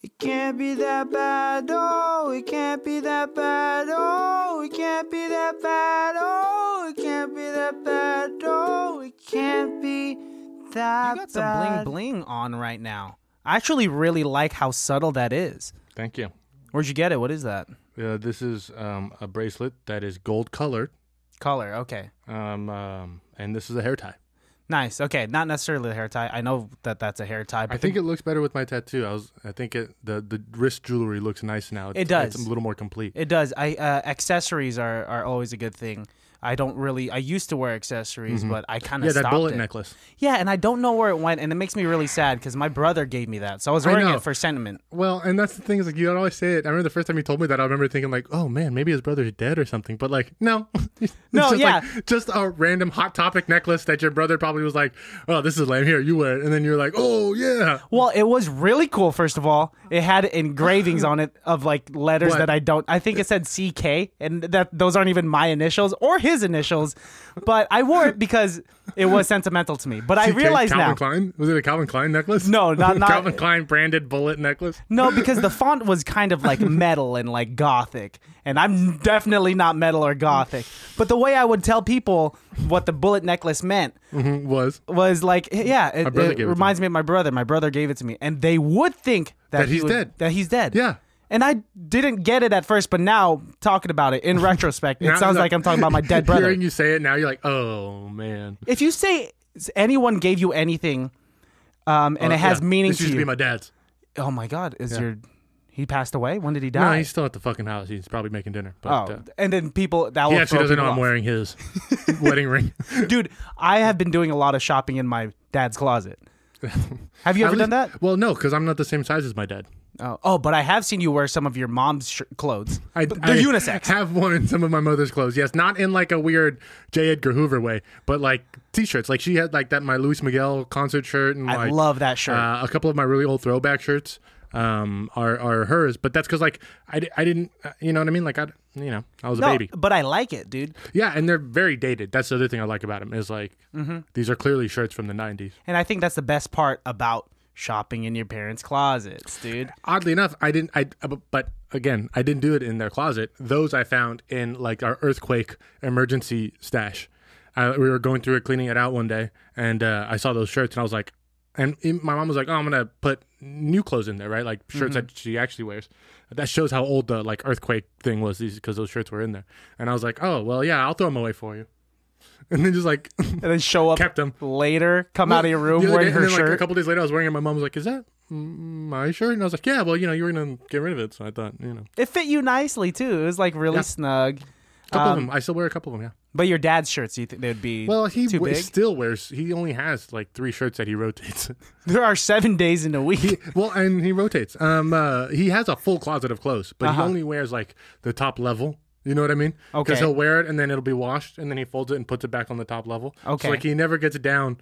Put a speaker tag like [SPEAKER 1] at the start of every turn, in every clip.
[SPEAKER 1] It can't be that bad, oh, it can't be that bad, oh, it can't be that bad, oh, it can't be that bad, oh, it can't be that
[SPEAKER 2] You got some
[SPEAKER 1] bad.
[SPEAKER 2] bling bling on right now. I actually really like how subtle that is.
[SPEAKER 3] Thank you.
[SPEAKER 2] Where'd you get it? What is that?
[SPEAKER 3] Uh, this is um, a bracelet that is gold colored,
[SPEAKER 2] Color. Okay.
[SPEAKER 3] um, um, and this is a hair tie.
[SPEAKER 2] Nice. Okay. Not necessarily a hair tie. I know that that's a hair tie, but
[SPEAKER 3] I think it looks better with my tattoo. I was, I think it, the the wrist jewelry looks nice now.
[SPEAKER 2] It
[SPEAKER 3] It's-
[SPEAKER 2] does.
[SPEAKER 3] It's a little more complete.
[SPEAKER 2] It does. I uh, accessories are, are always a good thing. I don't really. I used to wear accessories, but I kind of
[SPEAKER 3] Mm-hmm. yeah, that
[SPEAKER 2] stopped
[SPEAKER 3] bullet
[SPEAKER 2] it.
[SPEAKER 3] necklace.
[SPEAKER 2] Yeah, and I don't know where it went, and it makes me really sad because my brother gave me that, so I was
[SPEAKER 3] I
[SPEAKER 2] wearing
[SPEAKER 3] know.
[SPEAKER 2] it for sentiment.
[SPEAKER 3] Well, and that's the thing is like you always say it. I remember the first time you told me that. I remember thinking like, oh man, maybe his brother's dead or something. But like, no, It's
[SPEAKER 2] No,
[SPEAKER 3] just
[SPEAKER 2] yeah.
[SPEAKER 3] like, just a random hot topic necklace that your brother probably was like, oh, this is lame. Here, you wear it, and then you're like, oh yeah.
[SPEAKER 2] Well, it was really cool. First of all, it had engravings on it of like letters
[SPEAKER 3] What?
[SPEAKER 2] that I don't. I think it said CK, and that those aren't even my initials or his initials. But I wore it because it was sentimental to me. But I
[SPEAKER 3] CK,
[SPEAKER 2] realize
[SPEAKER 3] Calvin
[SPEAKER 2] now,
[SPEAKER 3] Klein was it a Calvin Klein necklace?
[SPEAKER 2] No, not- not-
[SPEAKER 3] Calvin Klein branded bullet necklace.
[SPEAKER 2] No, because the font was kind of like metal and like gothic, and I'm definitely not metal or gothic. But the way I would tell people what the bullet necklace meant
[SPEAKER 3] Mhm, was
[SPEAKER 2] was like, yeah, it,
[SPEAKER 3] brother
[SPEAKER 2] it
[SPEAKER 3] gave it to
[SPEAKER 2] reminds me of my brother. My brother gave it to me, and they would think that,
[SPEAKER 3] That
[SPEAKER 2] he
[SPEAKER 3] he's
[SPEAKER 2] would-
[SPEAKER 3] dead.
[SPEAKER 2] That he's dead.
[SPEAKER 3] Yeah.
[SPEAKER 2] And I didn't get it at first, but now talking about it in retrospect, it
[SPEAKER 3] Now-
[SPEAKER 2] sounds
[SPEAKER 3] no.
[SPEAKER 2] like I'm talking about my dead brother.
[SPEAKER 3] Hearing you say it now, you're like, oh man.
[SPEAKER 2] if you say anyone gave you anything, um, and
[SPEAKER 3] Uh,
[SPEAKER 2] it has
[SPEAKER 3] yeah.
[SPEAKER 2] meaning
[SPEAKER 3] This
[SPEAKER 2] to
[SPEAKER 3] used
[SPEAKER 2] you,
[SPEAKER 3] to be my dad's.
[SPEAKER 2] oh my god, is your he passed away? When did he
[SPEAKER 3] No,
[SPEAKER 2] die?
[SPEAKER 3] he's still at the fucking house. He's probably making dinner. But,
[SPEAKER 2] Oh,
[SPEAKER 3] uh,
[SPEAKER 2] and then people that
[SPEAKER 3] he
[SPEAKER 2] will
[SPEAKER 3] actually
[SPEAKER 2] throw
[SPEAKER 3] doesn't know
[SPEAKER 2] people off.
[SPEAKER 3] I'm wearing his wedding ring.
[SPEAKER 2] Dude, I have been doing a lot of shopping in my dad's closet. Have you
[SPEAKER 3] At
[SPEAKER 2] ever done that?
[SPEAKER 3] least- Well, no, because I'm not the same size as my dad.
[SPEAKER 2] Oh, oh, but I have seen you wear some of your mom's sh- clothes.
[SPEAKER 3] I,
[SPEAKER 2] But they're
[SPEAKER 3] I
[SPEAKER 2] unisex.
[SPEAKER 3] Have one in some of my mother's clothes. Yes, not in like a weird J. Edgar Hoover way, but like t-shirts. Like she had like that my Luis Miguel concert shirt, and
[SPEAKER 2] I
[SPEAKER 3] like,
[SPEAKER 2] love that shirt.
[SPEAKER 3] Uh, a couple of my really old throwback shirts um, are are hers. But that's because like I, di- I didn't uh, you know what I mean? Like I you know I was a
[SPEAKER 2] no, uh,
[SPEAKER 3] baby.
[SPEAKER 2] but I like it, dude.
[SPEAKER 3] Yeah, and they're very dated. That's the other thing I like about them is like these are clearly shirts from the '90s.
[SPEAKER 2] And I think that's the best part about shopping in your parents' closets, dude.
[SPEAKER 3] oddly enough, I didn't. I uh, but again, I didn't do it in their closet. Those I found in like our earthquake emergency stash. I, we were going through it, cleaning it out one day, and uh, I saw those shirts, and I was like, and in- my mom was like, "Oh, I'm gonna put new clothes in there, right? Like shirts that she actually wears." That shows how old the like earthquake thing was, these because those shirts were in there. And I was like, "Oh, well, yeah, I'll throw them away for you," and then just like
[SPEAKER 2] And then show up
[SPEAKER 3] kept them.
[SPEAKER 2] later, come out of your room
[SPEAKER 3] The other
[SPEAKER 2] wearing
[SPEAKER 3] day-
[SPEAKER 2] her
[SPEAKER 3] and then, Like, a
[SPEAKER 2] shirt.
[SPEAKER 3] couple days later, I was wearing it. My mom was like, "Is that m- my shirt?" And I was like, "Yeah." Well, you know, you were gonna get rid of it, so I thought, you know,
[SPEAKER 2] it fit you nicely too. It was like really snug.
[SPEAKER 3] a couple of them. I still wear a couple of them. Yeah.
[SPEAKER 2] But your dad's shirts, you think they'd be
[SPEAKER 3] Um, Well, he
[SPEAKER 2] too
[SPEAKER 3] w-
[SPEAKER 2] big?
[SPEAKER 3] still wears. He only has like three shirts that he rotates.
[SPEAKER 2] there are seven days in a week.
[SPEAKER 3] well, and he rotates. Um, uh, he has a full closet of clothes, but he only wears like the top level. You know what I mean?
[SPEAKER 2] Uh-huh. Okay.
[SPEAKER 3] Because he'll wear it and then it'll be washed, and then he folds it and puts it back on the top level.
[SPEAKER 2] Okay.
[SPEAKER 3] So, like he never gets it down.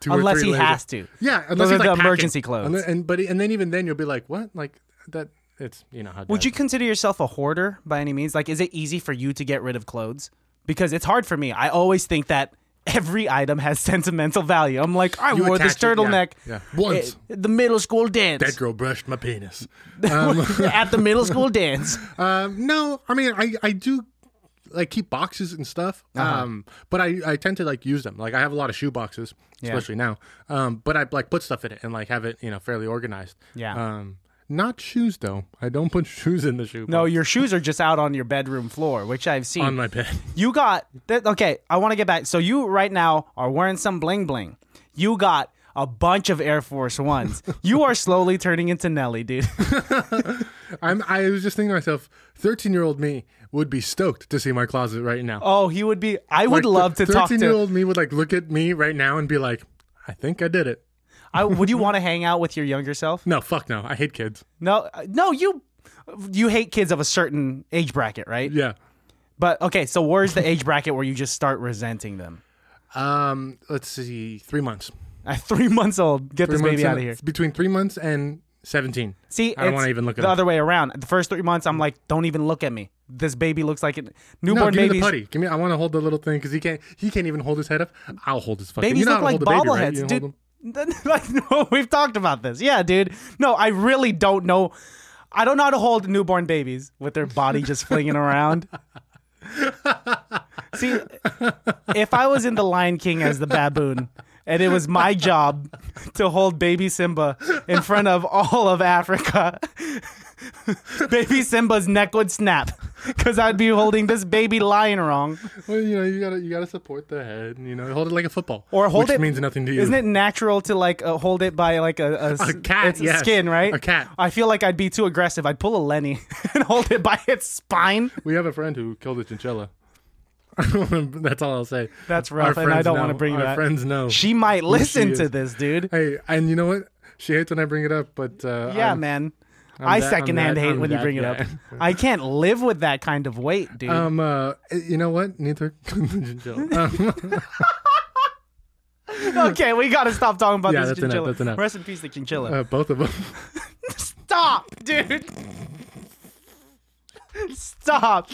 [SPEAKER 3] Two or
[SPEAKER 2] Unless
[SPEAKER 3] three
[SPEAKER 2] he
[SPEAKER 3] layers.
[SPEAKER 2] has to.
[SPEAKER 3] Yeah, unless
[SPEAKER 2] are the
[SPEAKER 3] he's, like, packing.
[SPEAKER 2] emergency clothes.
[SPEAKER 3] And, then- and but he- and then even then you'll be like, what? Like that? It's you know how.
[SPEAKER 2] Would you consider yourself a hoarder by any means? Like, is it easy for you to get rid of clothes? Because it's hard for me. I always think that every item has sentimental value. I'm like, I
[SPEAKER 3] You
[SPEAKER 2] wore this
[SPEAKER 3] attach it, yeah,
[SPEAKER 2] turtleneck
[SPEAKER 3] yeah. Once.
[SPEAKER 2] at the middle school dance.
[SPEAKER 3] That girl brushed my penis.
[SPEAKER 2] at the middle school dance.
[SPEAKER 3] Um, no, I mean, I, I do like keep boxes and stuff.
[SPEAKER 2] Uh-huh.
[SPEAKER 3] Um, but I, I tend to like use them. Like I have a lot of shoe boxes, especially now. Um, but I like put stuff in it and like have it, you know, fairly organized.
[SPEAKER 2] Yeah.
[SPEAKER 3] Um, not shoes though. I don't put shoes in the shoe.
[SPEAKER 2] No,
[SPEAKER 3] box.
[SPEAKER 2] your shoes are just out on your bedroom floor, which I've seen.
[SPEAKER 3] on my bed.
[SPEAKER 2] You got that? Okay, I want to get back. So you right now are wearing some bling bling. You got a bunch of Air Force Ones. you are slowly turning into Nelly, dude.
[SPEAKER 3] I'm. I was just thinking to myself, thirteen year old me would be stoked to see my closet right now.
[SPEAKER 2] Oh, he would be. I would love to talk
[SPEAKER 3] Thirteen year
[SPEAKER 2] to.
[SPEAKER 3] old me would like look at me right now and be like, I think I did it.
[SPEAKER 2] I, would you want to hang out with your younger self?
[SPEAKER 3] No, fuck no. I hate kids.
[SPEAKER 2] No, uh, no, you, you hate kids of a certain age bracket, right?
[SPEAKER 3] Yeah.
[SPEAKER 2] But okay, so where's the age bracket where you just start resenting them?
[SPEAKER 3] Um, let's see, three months.
[SPEAKER 2] At three months old, get
[SPEAKER 3] Three
[SPEAKER 2] this
[SPEAKER 3] months
[SPEAKER 2] baby
[SPEAKER 3] and-
[SPEAKER 2] out of here.
[SPEAKER 3] Between three months and seventeen.
[SPEAKER 2] See,
[SPEAKER 3] I don't
[SPEAKER 2] it's
[SPEAKER 3] wanna even look at
[SPEAKER 2] the
[SPEAKER 3] him.
[SPEAKER 2] other way around. The first three months, I'm like, don't even look at me. This baby looks like a
[SPEAKER 3] No,
[SPEAKER 2] newborn
[SPEAKER 3] give me
[SPEAKER 2] baby.
[SPEAKER 3] the putty. Give me. I want to hold the little thing because he can't. He can't even hold his head up. I'll hold his fucking.
[SPEAKER 2] Babies
[SPEAKER 3] you know
[SPEAKER 2] look
[SPEAKER 3] how to
[SPEAKER 2] like
[SPEAKER 3] hold a baby,
[SPEAKER 2] bobble
[SPEAKER 3] right?
[SPEAKER 2] heads,
[SPEAKER 3] You hold
[SPEAKER 2] dude.
[SPEAKER 3] them-
[SPEAKER 2] like no, we've talked about this. Yeah, dude. No, I really don't know. I don't know how to hold newborn babies with their body just flinging around. See, if I was in The Lion King as the baboon, and it was my job to hold baby Simba in front of all of Africa, baby Simba's neck would snap because I'd be holding this baby lion wrong.
[SPEAKER 3] Well, you know, you gotta you gotta support the head. You know, hold it like a football,
[SPEAKER 2] Or hold
[SPEAKER 3] which
[SPEAKER 2] it-
[SPEAKER 3] means nothing to you.
[SPEAKER 2] Isn't it natural to like uh, hold it by like a, a, s-
[SPEAKER 3] A cat,
[SPEAKER 2] its
[SPEAKER 3] yes.
[SPEAKER 2] skin, right?
[SPEAKER 3] A cat.
[SPEAKER 2] I feel like I'd be too aggressive. I'd pull a Lenny and hold it by its spine.
[SPEAKER 3] We have a friend who killed a chinchilla. That's all I'll say.
[SPEAKER 2] That's rough,
[SPEAKER 3] Our
[SPEAKER 2] and I
[SPEAKER 3] friends
[SPEAKER 2] don't
[SPEAKER 3] know.
[SPEAKER 2] want to bring
[SPEAKER 3] Our
[SPEAKER 2] that.
[SPEAKER 3] friends know.
[SPEAKER 2] She might listen
[SPEAKER 3] is.
[SPEAKER 2] to this, dude.
[SPEAKER 3] hey, and you know what? She hates when I bring it up, but uh,
[SPEAKER 2] Yeah,
[SPEAKER 3] I'm-
[SPEAKER 2] man. i
[SPEAKER 3] that- I'm
[SPEAKER 2] secondhand
[SPEAKER 3] that-
[SPEAKER 2] hate
[SPEAKER 3] I'm
[SPEAKER 2] when you
[SPEAKER 3] that
[SPEAKER 2] bring it up.
[SPEAKER 3] guy.
[SPEAKER 2] I can't live with that kind of weight, dude.
[SPEAKER 3] Um, uh, you know what? Neither can the chinchilla. Um,
[SPEAKER 2] okay, we gotta stop talking about
[SPEAKER 3] Yeah,
[SPEAKER 2] this
[SPEAKER 3] that's enough,
[SPEAKER 2] chinchilla.
[SPEAKER 3] that's enough.
[SPEAKER 2] Rest in peace, the chinchilla.
[SPEAKER 3] uh, both of them.
[SPEAKER 2] Stop, dude. Stop.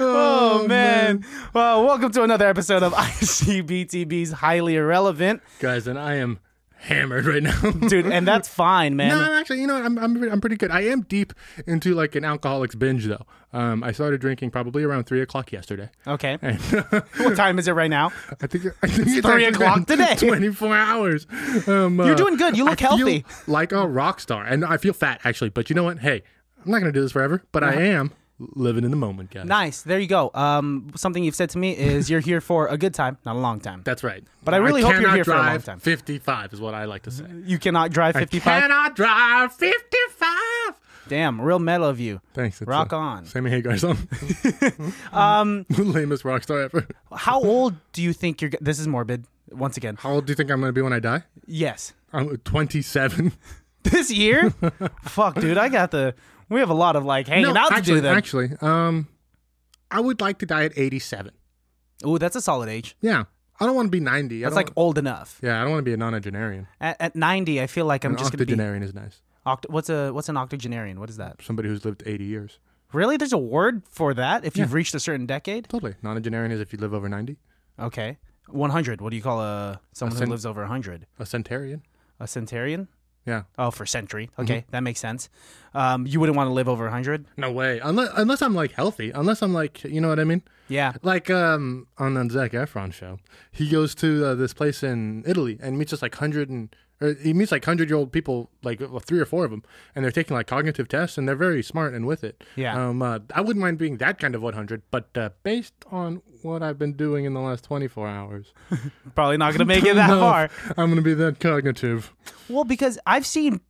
[SPEAKER 2] Oh, man. Well, welcome to another episode of ICBTB's Highly Irrelevant.
[SPEAKER 3] guys, and I am hammered right now.
[SPEAKER 2] Dude, and that's fine, man.
[SPEAKER 3] No, I'm actually, you know, what? I'm, I'm I'm pretty good. I am deep into like an alcoholics binge though. Um, I started drinking probably around three o'clock yesterday.
[SPEAKER 2] Okay. what time is it right now?
[SPEAKER 3] I think I think it's
[SPEAKER 2] three
[SPEAKER 3] actually
[SPEAKER 2] o'clock
[SPEAKER 3] been
[SPEAKER 2] today.
[SPEAKER 3] Twenty-four hours. Um,
[SPEAKER 2] You're doing good. You look
[SPEAKER 3] I feel
[SPEAKER 2] healthy.
[SPEAKER 3] like a rock star, and I feel fat actually. But you know what? Hey, I'm not gonna do this forever. But I am living in the moment, guys.
[SPEAKER 2] Nice. There you go. Um, something you've said to me is you're here for a good time, not a long time.
[SPEAKER 3] That's right.
[SPEAKER 2] But I really hope you're
[SPEAKER 3] cannot
[SPEAKER 2] here for a long
[SPEAKER 3] drive
[SPEAKER 2] time.
[SPEAKER 3] Fifty-five is what I like to say.
[SPEAKER 2] You cannot drive 55.
[SPEAKER 3] Cannot drive fifty-five.
[SPEAKER 2] Damn, real metal of you.
[SPEAKER 3] Thanks. it's
[SPEAKER 2] Rock
[SPEAKER 3] a
[SPEAKER 2] on.
[SPEAKER 3] Sammy Hagar song. um, lamest rock star ever.
[SPEAKER 2] How old do you think you're? g- This is morbid. Once again,
[SPEAKER 3] How old do you think I'm gonna be when I die?
[SPEAKER 2] yes.
[SPEAKER 3] I'm 27.
[SPEAKER 2] This year? Fuck, dude, I got the. We have a lot of like hanging out
[SPEAKER 3] actually,
[SPEAKER 2] to do. Then,
[SPEAKER 3] actually, um, I would like to die at 87.
[SPEAKER 2] ooh, that's a solid age.
[SPEAKER 3] Yeah, I don't want to be 90.
[SPEAKER 2] That's like old enough.
[SPEAKER 3] yeah, I don't want to be a nonagenarian.
[SPEAKER 2] At, at ninety, I feel like I'm
[SPEAKER 3] An
[SPEAKER 2] just gonna be.
[SPEAKER 3] octogenarian is nice.
[SPEAKER 2] Oct- what's a what's an octogenarian? What is that?
[SPEAKER 3] Somebody who's lived 80 years.
[SPEAKER 2] Really? There's a word for that if you've reached a certain decade.
[SPEAKER 3] Totally. Nonagenarian is if you live over 90.
[SPEAKER 2] Okay, one hundred. What do you call a someone
[SPEAKER 3] cent-
[SPEAKER 2] who lives over hundred?
[SPEAKER 3] A centarian.
[SPEAKER 2] A centurion?
[SPEAKER 3] Yeah.
[SPEAKER 2] Oh, for century.
[SPEAKER 3] Mm-hmm.
[SPEAKER 2] Okay, that makes sense. Um, you wouldn't want to live over hundred.
[SPEAKER 3] No way. Unless unless I'm like healthy. Unless I'm like you know what I mean.
[SPEAKER 2] Yeah.
[SPEAKER 3] Like um on the Zac Efron show, he goes to uh, this place in Italy and meets just like hundred and or he meets like hundred year old people, like well, three or four of them, and they're taking like cognitive tests and they're very smart and with it.
[SPEAKER 2] Yeah.
[SPEAKER 3] Um, uh, I wouldn't mind being that kind of one hundred, but uh, based on what I've been doing in the last twenty four hours,
[SPEAKER 2] Probably not gonna make it that
[SPEAKER 3] no,
[SPEAKER 2] far.
[SPEAKER 3] I'm gonna be that cognitive.
[SPEAKER 2] Well, because I've seen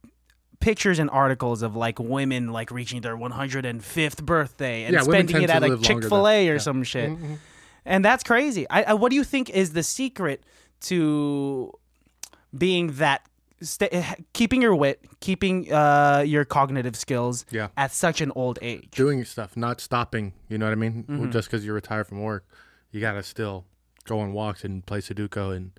[SPEAKER 2] pictures and articles of like women like reaching their 105th birthday and
[SPEAKER 3] Yeah, women
[SPEAKER 2] spending
[SPEAKER 3] tend
[SPEAKER 2] it
[SPEAKER 3] to
[SPEAKER 2] at a
[SPEAKER 3] live longer
[SPEAKER 2] Chick
[SPEAKER 3] than- Mm-hmm.
[SPEAKER 2] Fil A or some shit, and that's crazy. I, I, what do you think is the secret to being that? Stay, keeping your wit, keeping uh, your cognitive skills
[SPEAKER 3] Yeah.
[SPEAKER 2] at such an old age.
[SPEAKER 3] doing stuff, not stopping. You know what I mean?
[SPEAKER 2] Mm-hmm.
[SPEAKER 3] Just because you're retired from work, you gotta still go on walks and play Sudoku, and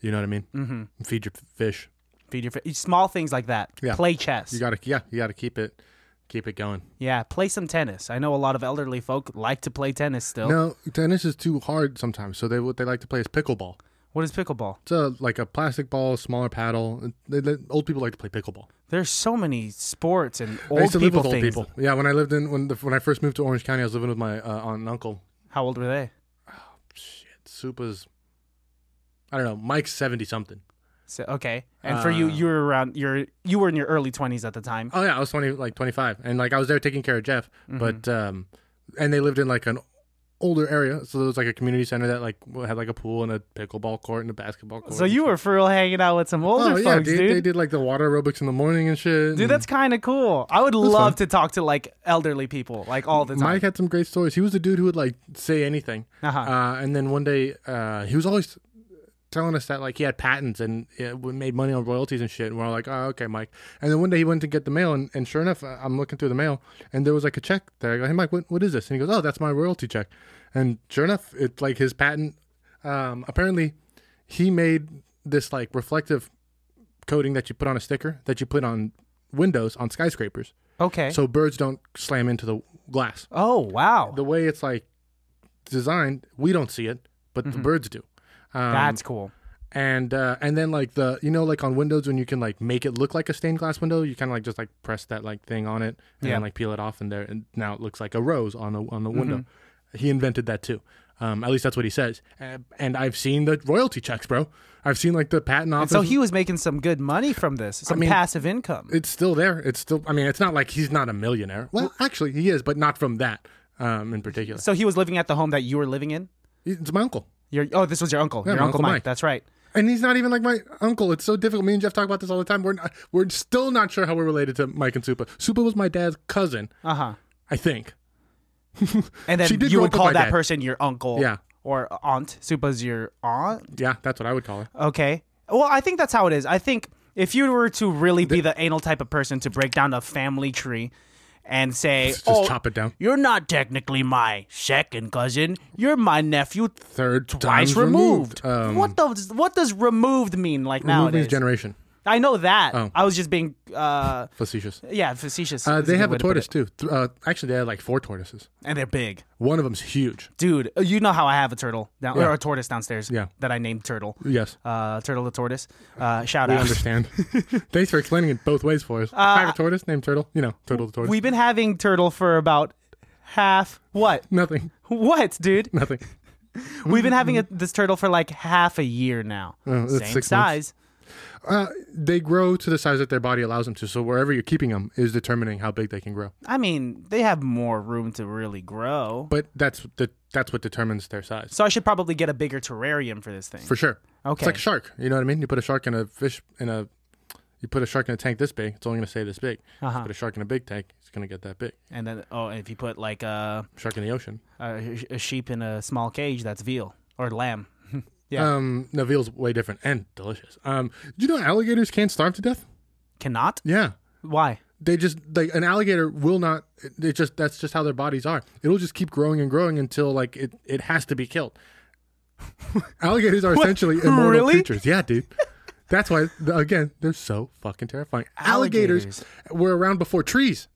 [SPEAKER 3] you know what I mean. Mm-hmm. Feed your f- fish.
[SPEAKER 2] Feed your fa- small things like that.
[SPEAKER 3] Yeah.
[SPEAKER 2] Play chess.
[SPEAKER 3] You gotta, yeah, you gotta keep it, keep it going.
[SPEAKER 2] yeah, play some tennis. I know a lot of elderly folk like to play tennis still.
[SPEAKER 3] No, tennis is too hard sometimes. So they what they like to play is pickleball.
[SPEAKER 2] What is pickleball?
[SPEAKER 3] It's a, like a plastic ball, smaller paddle. They, they, old people like to play pickleball.
[SPEAKER 2] There's so many sports and
[SPEAKER 3] I
[SPEAKER 2] old
[SPEAKER 3] used to live
[SPEAKER 2] people
[SPEAKER 3] with old
[SPEAKER 2] things.
[SPEAKER 3] people. Yeah, when I lived in when the, when I first moved to Orange County, I was living with my uh, aunt and uncle.
[SPEAKER 2] How old were they?
[SPEAKER 3] Shit, Supa's. I don't know. Mike's seventy something.
[SPEAKER 2] So, okay, and for
[SPEAKER 3] Uh,
[SPEAKER 2] you, you were around your you were in your early twenties at the time.
[SPEAKER 3] Oh yeah, I was twenty, like twenty five, and like I was there taking care of Jeff,
[SPEAKER 2] Mm-hmm.
[SPEAKER 3] but um, and they lived in like an older area, so there was like a community center that like had like a pool and a pickleball court and a basketball court.
[SPEAKER 2] So you were for real hanging out with some older
[SPEAKER 3] oh yeah,
[SPEAKER 2] folks,
[SPEAKER 3] dude,
[SPEAKER 2] dude.
[SPEAKER 3] they
[SPEAKER 2] Dude,
[SPEAKER 3] did like the water aerobics in the morning and shit. and
[SPEAKER 2] that's kind of cool. I would love to
[SPEAKER 3] fun.
[SPEAKER 2] talk to like elderly people, like all the time.
[SPEAKER 3] Mike had some great stories. He was the dude who would like say anything,
[SPEAKER 2] Uh-huh.
[SPEAKER 3] uh, and then one day uh, he was always telling us that like he had patents and yeah, we made money on royalties and shit. And we're all like, oh, okay, Mike. And then one day he went to get the mail, and, and sure enough, uh, I'm looking through the mail, and there was like a check there. I go, hey, Mike, what, what is this? And he goes, oh, that's my royalty check. And sure enough, it's like his patent. Um, apparently, he made this like reflective coating that you put on a sticker that you put on windows on skyscrapers
[SPEAKER 2] okay.
[SPEAKER 3] uh, so birds don't slam into the glass
[SPEAKER 2] oh wow,
[SPEAKER 3] the way
[SPEAKER 2] Mm-hmm.
[SPEAKER 3] it's like designed, we don't see it, but the birds do. Um,
[SPEAKER 2] that's cool.
[SPEAKER 3] and uh, and then like the you know like on windows when you can like make it look like a stained glass window you kind of like just like press that like thing on it and
[SPEAKER 2] Yeah.
[SPEAKER 3] then like peel it off and there and now it looks like a rose on the on the window
[SPEAKER 2] Mm-hmm.
[SPEAKER 3] he invented that too um, at least that's what he says Uh, and i've seen the royalty checks bro i've seen like the patent office
[SPEAKER 2] So he was making some good money from this, some
[SPEAKER 3] mean-
[SPEAKER 2] passive income.
[SPEAKER 3] it's still there it's still i mean it's not like he's not a millionaire well actually he is but not from that um, in particular
[SPEAKER 2] so he was living at the home that you were living in.
[SPEAKER 3] it's my uncle
[SPEAKER 2] Your oh, this was your uncle, your
[SPEAKER 3] my
[SPEAKER 2] uncle
[SPEAKER 3] Uncle
[SPEAKER 2] Mike.
[SPEAKER 3] Mike.
[SPEAKER 2] That's right.
[SPEAKER 3] And he's not even like my uncle. It's so difficult. Me and Jeff talk about this all the time. We're not, we're still not sure how we're related to Mike and Supa. Supa was my dad's cousin,
[SPEAKER 2] Uh huh.
[SPEAKER 3] I think.
[SPEAKER 2] And then
[SPEAKER 3] She did
[SPEAKER 2] you
[SPEAKER 3] grow
[SPEAKER 2] would
[SPEAKER 3] up with
[SPEAKER 2] call
[SPEAKER 3] my
[SPEAKER 2] that
[SPEAKER 3] dad.
[SPEAKER 2] person your uncle,
[SPEAKER 3] Yeah.
[SPEAKER 2] or aunt. Supa's your aunt.
[SPEAKER 3] Yeah, that's what I would call her.
[SPEAKER 2] Okay. Well, I think that's how it is. I think if you were to really be the anal type of person to break down a family tree and say,
[SPEAKER 3] Just
[SPEAKER 2] "Oh,
[SPEAKER 3] chop it down.
[SPEAKER 2] you're not technically my second cousin. You're my nephew
[SPEAKER 3] Third
[SPEAKER 2] twice
[SPEAKER 3] time's
[SPEAKER 2] removed."
[SPEAKER 3] Um,
[SPEAKER 2] what the what does removed mean like
[SPEAKER 3] removed
[SPEAKER 2] nowadays?
[SPEAKER 3] means generation.
[SPEAKER 2] I know that.
[SPEAKER 3] Oh.
[SPEAKER 2] I was just being uh
[SPEAKER 3] Facetious.
[SPEAKER 2] yeah, facetious.
[SPEAKER 3] Uh,
[SPEAKER 2] is
[SPEAKER 3] they
[SPEAKER 2] good
[SPEAKER 3] have
[SPEAKER 2] way
[SPEAKER 3] a
[SPEAKER 2] to put
[SPEAKER 3] tortoise
[SPEAKER 2] it.
[SPEAKER 3] too. Th- uh, actually, they had like four tortoises.
[SPEAKER 2] and they're big.
[SPEAKER 3] One of them's huge.
[SPEAKER 2] Dude, you know how I have a turtle down or a tortoise downstairs
[SPEAKER 3] Yeah.
[SPEAKER 2] that I named Turtle.
[SPEAKER 3] Yes,
[SPEAKER 2] Uh, turtle the tortoise. Uh, shout
[SPEAKER 3] I
[SPEAKER 2] out.
[SPEAKER 3] understand. Thanks for explaining it both ways for us.
[SPEAKER 2] Uh,
[SPEAKER 3] I have a tortoise named Turtle. You know, Turtle the tortoise.
[SPEAKER 2] We've been having turtle for about half what?
[SPEAKER 3] nothing,
[SPEAKER 2] What, dude?
[SPEAKER 3] nothing.
[SPEAKER 2] We've been having a, this turtle for like half a year now.
[SPEAKER 3] Oh, that's
[SPEAKER 2] Same
[SPEAKER 3] six
[SPEAKER 2] size.
[SPEAKER 3] They grow to the size that their body allows them to. So wherever you're keeping them is determining how big they can grow.
[SPEAKER 2] I mean, they have more room to really grow.
[SPEAKER 3] but that's the that's what determines their size
[SPEAKER 2] so I should probably get a bigger terrarium for this thing.
[SPEAKER 3] for sure.
[SPEAKER 2] Okay.
[SPEAKER 3] it's like a shark. You know what I mean? You put a shark in a fish in a you put a shark in a tank this big. It's only going to stay this big.
[SPEAKER 2] Uh-huh.
[SPEAKER 3] Put a shark in a big tank. It's going to get that big.
[SPEAKER 2] and then oh, if you put like a,
[SPEAKER 3] Shark in the ocean.
[SPEAKER 2] a, a sheep in a small cage, that's veal or lamb. yeah.
[SPEAKER 3] Um, no, veal's way different and delicious. Um, do you know alligators can't starve to death?
[SPEAKER 2] Cannot?
[SPEAKER 3] Yeah,
[SPEAKER 2] Why?
[SPEAKER 3] they just like an alligator will not. It, it just that's just how their bodies are. It'll just keep growing and growing until like it it has to be killed. Alligators are essentially immortal
[SPEAKER 2] Really?
[SPEAKER 3] creatures. Yeah, dude. That's why, th- again, they're so fucking terrifying. Alligators, were around before trees.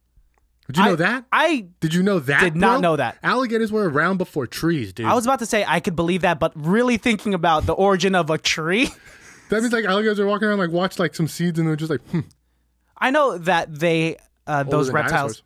[SPEAKER 3] Did you know
[SPEAKER 2] I-
[SPEAKER 3] that?
[SPEAKER 2] I
[SPEAKER 3] Did you know that?
[SPEAKER 2] did not
[SPEAKER 3] bro?
[SPEAKER 2] know that.
[SPEAKER 3] Alligators were around before trees, dude.
[SPEAKER 2] I was about to say I could believe that, but really thinking about the origin of a tree.
[SPEAKER 3] that means like alligators are walking around, like watch like some seeds, and they're just like, hmm,
[SPEAKER 2] I know that they uh, those
[SPEAKER 3] than
[SPEAKER 2] reptiles,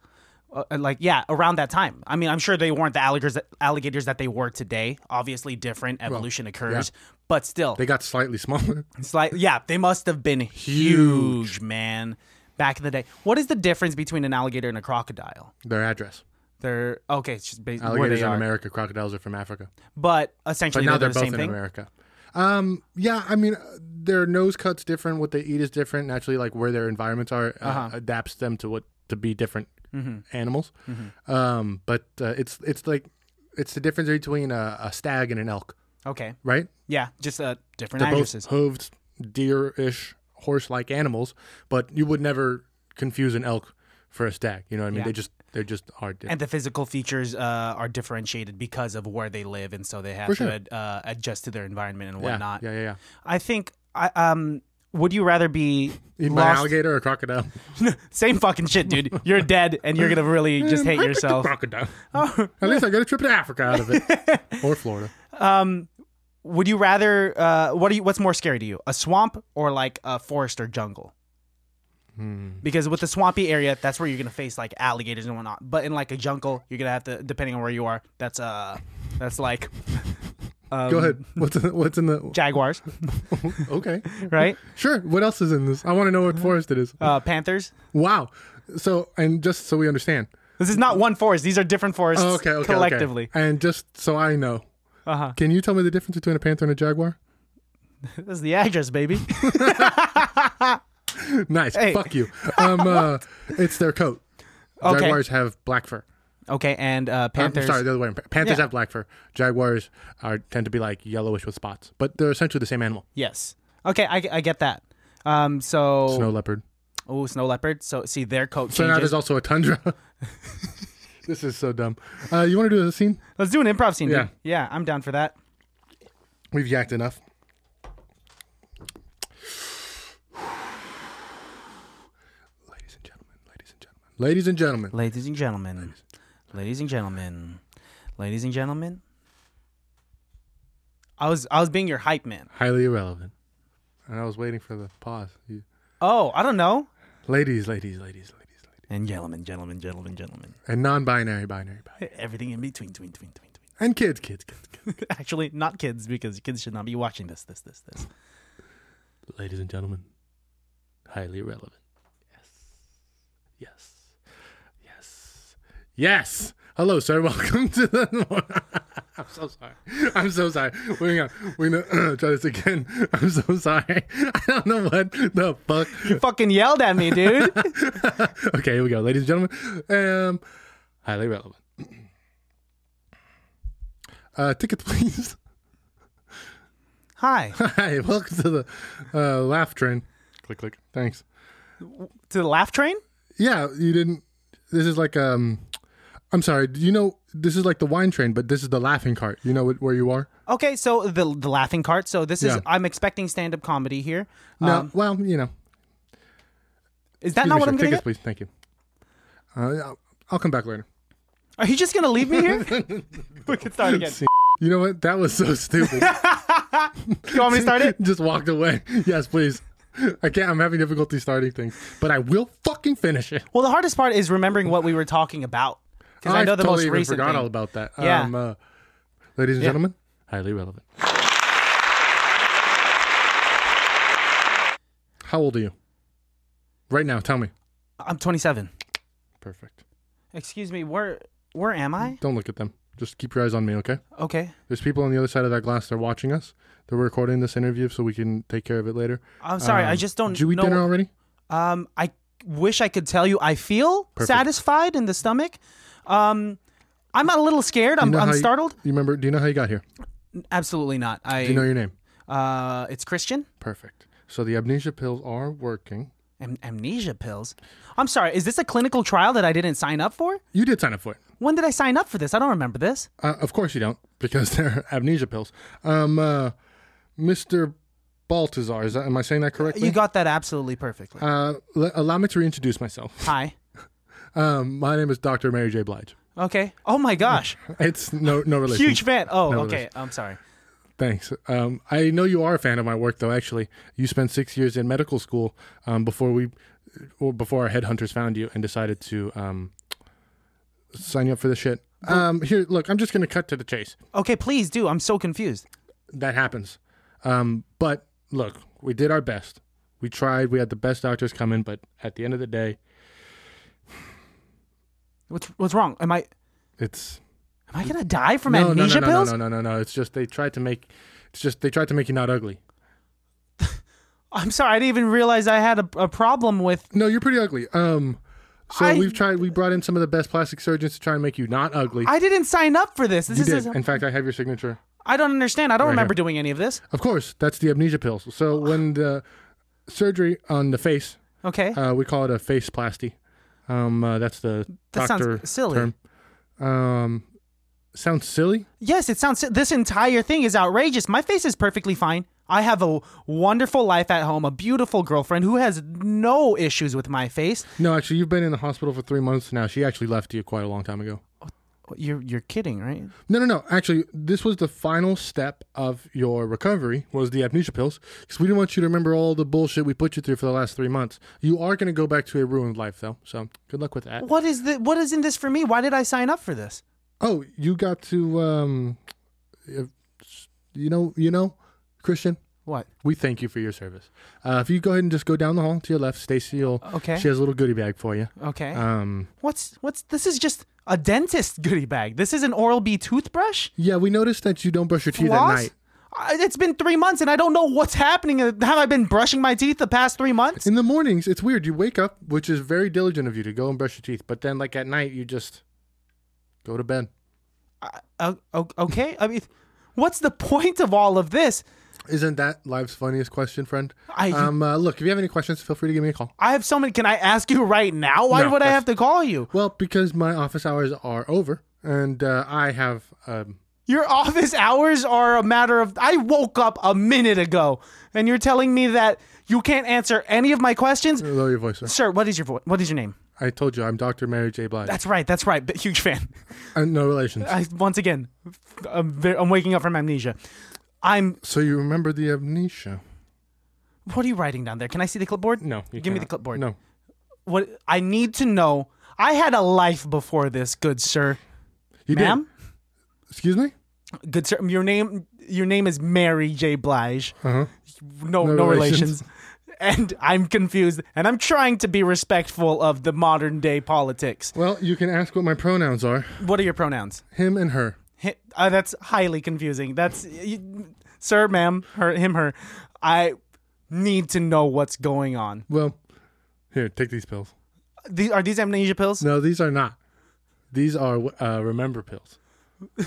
[SPEAKER 2] uh, like yeah, around that time. I mean, I'm sure they weren't the alligators that, alligators that they were today. Obviously, different evolution occurs, but still,
[SPEAKER 3] they got slightly smaller.
[SPEAKER 2] it's like yeah, they must have been huge, man, back in the day. What is the difference between an alligator and a crocodile?
[SPEAKER 3] Their address.
[SPEAKER 2] They're okay, it's just based where
[SPEAKER 3] Alligators
[SPEAKER 2] they
[SPEAKER 3] in
[SPEAKER 2] are,
[SPEAKER 3] America, crocodiles are from Africa.
[SPEAKER 2] but essentially
[SPEAKER 3] now
[SPEAKER 2] they're,
[SPEAKER 3] they're,
[SPEAKER 2] the
[SPEAKER 3] both
[SPEAKER 2] same
[SPEAKER 3] in
[SPEAKER 2] thing.
[SPEAKER 3] America. Um, yeah, I mean, uh, their nose cuts different. What they eat is different. Naturally, like where their environments are uh,
[SPEAKER 2] Uh-huh.
[SPEAKER 3] adapts them to what to be different
[SPEAKER 2] Mm-hmm.
[SPEAKER 3] animals. Um, but uh, it's it's like it's the difference between a, a stag and an elk,
[SPEAKER 2] Okay,
[SPEAKER 3] right?
[SPEAKER 2] yeah, just uh, different
[SPEAKER 3] They're
[SPEAKER 2] addresses.
[SPEAKER 3] both hooved, deer-ish, horse-like animals, but you would never confuse an elk for a stag. You know what I mean?
[SPEAKER 2] Yeah.
[SPEAKER 3] They just they just are different.
[SPEAKER 2] and the physical features uh, are differentiated because of where they live, and so they have
[SPEAKER 3] sure.
[SPEAKER 2] to ad- uh, adjust to their environment and
[SPEAKER 3] yeah,
[SPEAKER 2] whatnot.
[SPEAKER 3] yeah, yeah, yeah.
[SPEAKER 2] I think I um. Would you rather be
[SPEAKER 3] Eaten by an
[SPEAKER 2] lost-
[SPEAKER 3] alligator or crocodile?
[SPEAKER 2] Same fucking shit, dude. You're dead, and you're gonna really just hate
[SPEAKER 3] I picked a
[SPEAKER 2] yourself. Oh.
[SPEAKER 3] crocodile. At least I got a trip to Africa out of it, or Florida.
[SPEAKER 2] Would you rather? Uh, what are you? What's more scary to you, a swamp or like a forest or jungle?
[SPEAKER 3] Hmm.
[SPEAKER 2] Because with the swampy area, that's where you're gonna face like alligators and whatnot. But in like a jungle, you're gonna have to, depending on where you are, that's uh, that's like Um,
[SPEAKER 3] Go ahead. What's in the, what's in the?
[SPEAKER 2] jaguars,
[SPEAKER 3] Okay,
[SPEAKER 2] right?
[SPEAKER 3] sure. What else is in this? I want to know what forest it is.
[SPEAKER 2] Uh, panthers.
[SPEAKER 3] Wow. So and just so we understand.
[SPEAKER 2] This is not one forest. These are different forests
[SPEAKER 3] Oh, okay, okay, okay.
[SPEAKER 2] collectively.
[SPEAKER 3] And just so I know,
[SPEAKER 2] Uh-huh.
[SPEAKER 3] can you tell me the difference between a panther and a jaguar?
[SPEAKER 2] This is the address, baby.
[SPEAKER 3] Nice. Fuck you. Um, uh, it's their coat.
[SPEAKER 2] Okay.
[SPEAKER 3] Jaguars have black fur.
[SPEAKER 2] okay, and uh,
[SPEAKER 3] I'm
[SPEAKER 2] panthers.
[SPEAKER 3] sorry, the other way. Panthers
[SPEAKER 2] Yeah.
[SPEAKER 3] have black fur. Jaguars are tend to be like yellowish with spots, but they're essentially the same animal.
[SPEAKER 2] Yes. Okay, I, I get that. Um, so
[SPEAKER 3] Snow leopard.
[SPEAKER 2] Oh, snow leopard. So see their coat
[SPEAKER 3] So now
[SPEAKER 2] changes.
[SPEAKER 3] there's also a tundra. this is so dumb. Uh, you want to do a scene?
[SPEAKER 2] Let's do an improv scene. Yeah,
[SPEAKER 3] Yeah.
[SPEAKER 2] yeah, I'm down for that.
[SPEAKER 3] We've yacked enough. ladies and gentlemen, ladies and gentlemen, ladies and gentlemen.
[SPEAKER 2] Ladies and gentlemen, ladies and gentlemen, ladies and gentlemen. I was I was being your hype man.
[SPEAKER 3] Highly irrelevant. and I was waiting for the pause. You-
[SPEAKER 2] Oh, I don't know.
[SPEAKER 3] Ladies, ladies, ladies, ladies, ladies,
[SPEAKER 2] And gentlemen, gentlemen, gentlemen, gentlemen.
[SPEAKER 3] and non-binary, binary, binary,
[SPEAKER 2] Everything in between, tween, tween, tween, tween.
[SPEAKER 3] and kids, kids, kids, kids.
[SPEAKER 2] Actually, not kids because kids should not be watching this, this, this, this.
[SPEAKER 3] ladies and gentlemen, highly relevant. Yes, yes, yes, yes. Hello, sir. Welcome to the. I'm so sorry. I'm so sorry. We're gonna, we're gonna uh, try this again. I'm so sorry. I don't know what the fuck.
[SPEAKER 2] You fucking yelled at me, dude.
[SPEAKER 3] okay, here we go, ladies and gentlemen. Um, highly relevant. Uh, ticket, please.
[SPEAKER 2] Hi.
[SPEAKER 3] Hi, welcome to the uh, laugh train. Click, click. Thanks.
[SPEAKER 2] To the laugh train?
[SPEAKER 3] Yeah, you didn't. This is like um, I'm sorry. Do you know this is like the wine train, but this is the laughing cart. You know what, where you are?
[SPEAKER 2] Okay, so the the laughing cart. So this is
[SPEAKER 3] Yeah.
[SPEAKER 2] I'm expecting stand up comedy here.
[SPEAKER 3] No, well, you know.
[SPEAKER 2] Is that
[SPEAKER 3] Excuse
[SPEAKER 2] Um, not
[SPEAKER 3] me,
[SPEAKER 2] what
[SPEAKER 3] sir.
[SPEAKER 2] I'm
[SPEAKER 3] Tickets,
[SPEAKER 2] gonna get?
[SPEAKER 3] please. Thank you. Uh, I'll, I'll come back later.
[SPEAKER 2] Are you just gonna leave me here? we can start again.
[SPEAKER 3] You know what? That was so stupid.
[SPEAKER 2] You want me to start it?
[SPEAKER 3] Just walked away. Yes, please. I can't. I'm having difficulty starting things, but I will fucking finish it.
[SPEAKER 2] Well, the hardest part is remembering what we even talking about because I know the
[SPEAKER 3] totally
[SPEAKER 2] most
[SPEAKER 3] even
[SPEAKER 2] recent
[SPEAKER 3] forgot
[SPEAKER 2] thing.
[SPEAKER 3] all about that.
[SPEAKER 2] Yeah.
[SPEAKER 3] Um, uh, ladies and gentlemen, highly relevant. How old are you? Right now, tell me.
[SPEAKER 2] I'm 27.
[SPEAKER 3] Perfect.
[SPEAKER 2] Excuse me, where where am I?
[SPEAKER 3] Don't look at them. Just keep your eyes on me, okay?
[SPEAKER 2] Okay,
[SPEAKER 3] There's people on the other side of that glass. They're watching us. They're recording this interview so we can take care of it later.
[SPEAKER 2] I'm Oh, sorry. I
[SPEAKER 3] Um,
[SPEAKER 2] just don't
[SPEAKER 3] Did you eat
[SPEAKER 2] know.
[SPEAKER 3] dinner already?
[SPEAKER 2] Um, I wish I could tell you I feel satisfied in the stomach. Um, I'm a little scared. I'm,
[SPEAKER 3] know how
[SPEAKER 2] I'm
[SPEAKER 3] you-
[SPEAKER 2] startled.
[SPEAKER 3] You remember? Do you know how you got here?
[SPEAKER 2] Absolutely not. I
[SPEAKER 3] Do you know your name?
[SPEAKER 2] uh, it's Christian.
[SPEAKER 3] Perfect. So the amnesia pills are working.
[SPEAKER 2] Am- amnesia pills. I'm sorry. Is this a clinical trial that I didn't sign up for?
[SPEAKER 3] You did sign up for it.
[SPEAKER 2] When did I sign up for this? I don't remember this.
[SPEAKER 3] Uh, of course you don't, because they're amnesia pills. Um, uh, Mr. Baltazar, is that, am I saying that correctly?
[SPEAKER 2] You got that absolutely perfectly.
[SPEAKER 3] uh, l- allow me to reintroduce myself.
[SPEAKER 2] Hi.
[SPEAKER 3] Um, my name is Dr. Mary J. Blige.
[SPEAKER 2] Okay. Oh my gosh.
[SPEAKER 3] It's no no relation.
[SPEAKER 2] Huge fan. Oh,
[SPEAKER 3] No, it
[SPEAKER 2] okay. I'm sorry.
[SPEAKER 3] Thanks. Um, I know you are a fan of my work, though. Actually, you spent six years in medical school um, before we, or before our headhunters found you and decided to um, sign you up for this shit. Um, here, look, I'm just gonna cut to the chase.
[SPEAKER 2] Okay, please do. I'm so confused.
[SPEAKER 3] that happens. Um, but look, we did our best. We tried. We had the best doctors come in, but at the end of the day,
[SPEAKER 2] What's what's wrong? Am I
[SPEAKER 3] it's
[SPEAKER 2] am I gonna die from
[SPEAKER 3] no, no,
[SPEAKER 2] amnesia
[SPEAKER 3] no, no,
[SPEAKER 2] pills?
[SPEAKER 3] no, no, no, no, no. It's just they tried to make. It's just they tried to make you not ugly.
[SPEAKER 2] I'm sorry. I didn't even realize I had a, a problem with.
[SPEAKER 3] No, you're pretty ugly. Um, so
[SPEAKER 2] I-
[SPEAKER 3] we've tried. We brought in some of the best plastic surgeons to try and make you not ugly.
[SPEAKER 2] I didn't sign up for this. This
[SPEAKER 3] you
[SPEAKER 2] is.
[SPEAKER 3] did. In fact, I have your signature.
[SPEAKER 2] I don't understand. I don't remember doing any of this.
[SPEAKER 3] Of course, that's the amnesia pills. So when the surgery on the face,
[SPEAKER 2] Okay.
[SPEAKER 3] uh, we call it a face plasty. Um, uh, that's the
[SPEAKER 2] That sounds
[SPEAKER 3] doctor
[SPEAKER 2] silly.
[SPEAKER 3] term. Um, sounds silly.
[SPEAKER 2] yes, it sounds. This entire thing is outrageous. My face is perfectly fine. I have a wonderful life at home, a beautiful girlfriend who has no issues with my face.
[SPEAKER 3] No, actually, you've been in the hospital for three months now. She actually left you quite a long time ago.
[SPEAKER 2] You're you're kidding, right?
[SPEAKER 3] No, no, no. Actually, this was the final step of your recovery was the amnesia pills because we didn't want you to remember all the bullshit we put you through for the last three months. You are going to go back to a ruined life, though. So good luck with that.
[SPEAKER 2] What is the what is in this for me? Why did I sign up for this?
[SPEAKER 3] Oh, you got to, um, uh, you know, you know, Christian.
[SPEAKER 2] What?
[SPEAKER 3] We thank you for your service. Uh, if you go ahead and just go down the hall to your left, Stacy will.
[SPEAKER 2] Okay.
[SPEAKER 3] She has a little goodie bag for you.
[SPEAKER 2] Okay.
[SPEAKER 3] Um,
[SPEAKER 2] what's what's this is just a dentist goodie bag. This is an Oral B toothbrush.
[SPEAKER 3] yeah, we noticed that you don't brush your teeth
[SPEAKER 2] Floss?
[SPEAKER 3] at night.
[SPEAKER 2] I- It's been three months and I don't know what's happening. Uh, Have I been brushing my teeth the past three months?
[SPEAKER 3] In the mornings, it's weird. You wake up, which is very diligent of you to go and brush your teeth, but then like at night, you just go to bed.
[SPEAKER 2] Uh, o- okay. I mean, what's the point of all of this?
[SPEAKER 3] Isn't that life's funniest question, friend?
[SPEAKER 2] I-
[SPEAKER 3] um, uh, look, if you have any questions, feel free to give me a call.
[SPEAKER 2] I have so many. Can I ask you right now? Why
[SPEAKER 3] No,
[SPEAKER 2] would I
[SPEAKER 3] that's-
[SPEAKER 2] have to call you?
[SPEAKER 3] Well, because my office hours are over, and uh, I have um,
[SPEAKER 2] Your office hours are a matter of. I woke up a minute ago, and you're telling me that you can't answer any of my questions.
[SPEAKER 3] lower your voice. Sir.
[SPEAKER 2] Sir, what is your voice? What is your name?
[SPEAKER 3] I told you I'm Dr. Mary J. Blige.
[SPEAKER 2] That's right. That's right. But huge fan.
[SPEAKER 3] Uh, no relations.
[SPEAKER 2] I, once again, I'm, ve- I'm waking up from amnesia. I'm
[SPEAKER 3] so you remember the amnesia?
[SPEAKER 2] What are you writing down there? Can I see the clipboard?
[SPEAKER 3] No, you
[SPEAKER 2] Give me the
[SPEAKER 3] cannot.
[SPEAKER 2] clipboard.
[SPEAKER 3] No,
[SPEAKER 2] What I need to know. I had a life before this, good sir.
[SPEAKER 3] you
[SPEAKER 2] Ma'am?
[SPEAKER 3] did. Excuse me.
[SPEAKER 2] Good sir. Your name your name is Mary J. Blige.
[SPEAKER 3] Uh huh.
[SPEAKER 2] No no,
[SPEAKER 3] No
[SPEAKER 2] relations.
[SPEAKER 3] relations.
[SPEAKER 2] And I'm confused and I'm trying to be respectful of the modern day politics.
[SPEAKER 3] Well, you can ask what my pronouns are.
[SPEAKER 2] What are your pronouns?
[SPEAKER 3] Him and her.
[SPEAKER 2] Hi- uh, that's highly confusing. That's you, sir, ma'am, her, him, her. I need to know what's going on.
[SPEAKER 3] Well, here, take these pills.
[SPEAKER 2] The, are these amnesia pills?
[SPEAKER 3] No, these are not. These are uh, remember pills.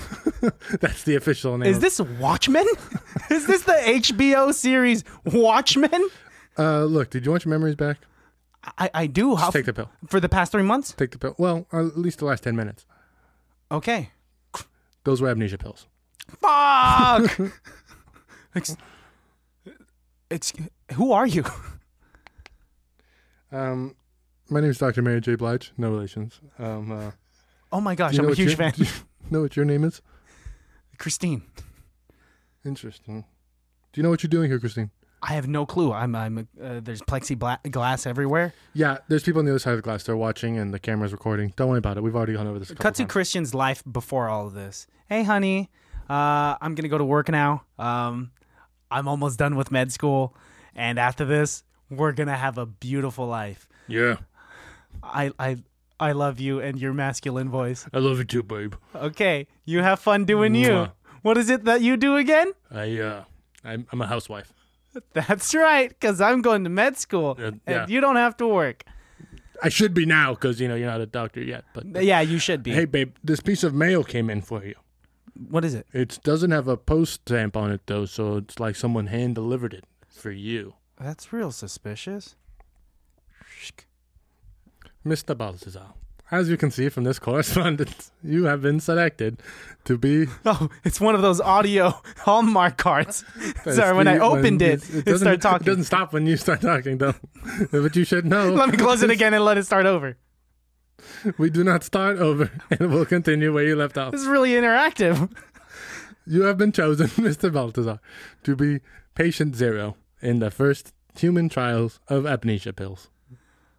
[SPEAKER 3] That's the official name.
[SPEAKER 2] Is
[SPEAKER 3] of-
[SPEAKER 2] this Watchmen? Is this the HBO series Watchmen?
[SPEAKER 3] uh, look, did you want your memories back?
[SPEAKER 2] I, I do. How,
[SPEAKER 3] Take the pill.
[SPEAKER 2] for the past three months?
[SPEAKER 3] Take the pill. Well, or at least the last ten minutes.
[SPEAKER 2] Okay.
[SPEAKER 3] Those were amnesia pills.
[SPEAKER 2] Fuck! Ex- ex- who are you?
[SPEAKER 3] Um, my name is Dr. Mary J. Blige. No relations. Um, uh,
[SPEAKER 2] Oh my gosh,
[SPEAKER 3] you know
[SPEAKER 2] I'm a
[SPEAKER 3] what
[SPEAKER 2] huge
[SPEAKER 3] your-
[SPEAKER 2] fan.
[SPEAKER 3] do you know what your name is?
[SPEAKER 2] Christine,
[SPEAKER 3] Interesting. Do you know what you're doing here, Christine?
[SPEAKER 2] I have no clue. I'm, I'm uh, there's plexiglass everywhere.
[SPEAKER 3] Yeah, there's people on the other side of the glass. They're watching, and the camera's recording. Don't worry about it. We've already gone over this. a couple
[SPEAKER 2] Cut to
[SPEAKER 3] times.
[SPEAKER 2] Christian's life before all of this. Hey, honey, uh, I'm gonna go to work now. Um, I'm almost done with med school, and after this, we're gonna have a beautiful life.
[SPEAKER 3] yeah,
[SPEAKER 2] I, I, I love you and your masculine voice.
[SPEAKER 3] I love you too, babe.
[SPEAKER 2] Okay, you have fun doing you.
[SPEAKER 3] Mwah.
[SPEAKER 2] What is it that you do again?
[SPEAKER 3] I uh, I'm, I'm a housewife.
[SPEAKER 2] That's right, because I'm going to med school,
[SPEAKER 3] Uh, yeah.
[SPEAKER 2] and you don't have to work.
[SPEAKER 3] I should be now because you know you're not a doctor yet. But
[SPEAKER 2] Yeah, you should be.
[SPEAKER 3] hey, babe, this piece of mail came in for you.
[SPEAKER 2] What is it?
[SPEAKER 3] It doesn't have a post stamp on it though, so it's like someone hand delivered it for you,
[SPEAKER 2] That's real suspicious.
[SPEAKER 3] Mister Baltazar. As you can see from this correspondence, you have been selected to be.
[SPEAKER 2] Oh, it's one of those audio Hallmark cards. Sorry, when I opened it, it,
[SPEAKER 3] doesn't-
[SPEAKER 2] started
[SPEAKER 3] It
[SPEAKER 2] talking.
[SPEAKER 3] doesn't stop when you start talking, though. but you should know.
[SPEAKER 2] let me close it again and let it start over.
[SPEAKER 3] We do not start over, and we'll continue where you left off.
[SPEAKER 2] This is really interactive.
[SPEAKER 3] You have been chosen, Mr. Baltazar, to be patient zero in the first human trials of amnesia pills.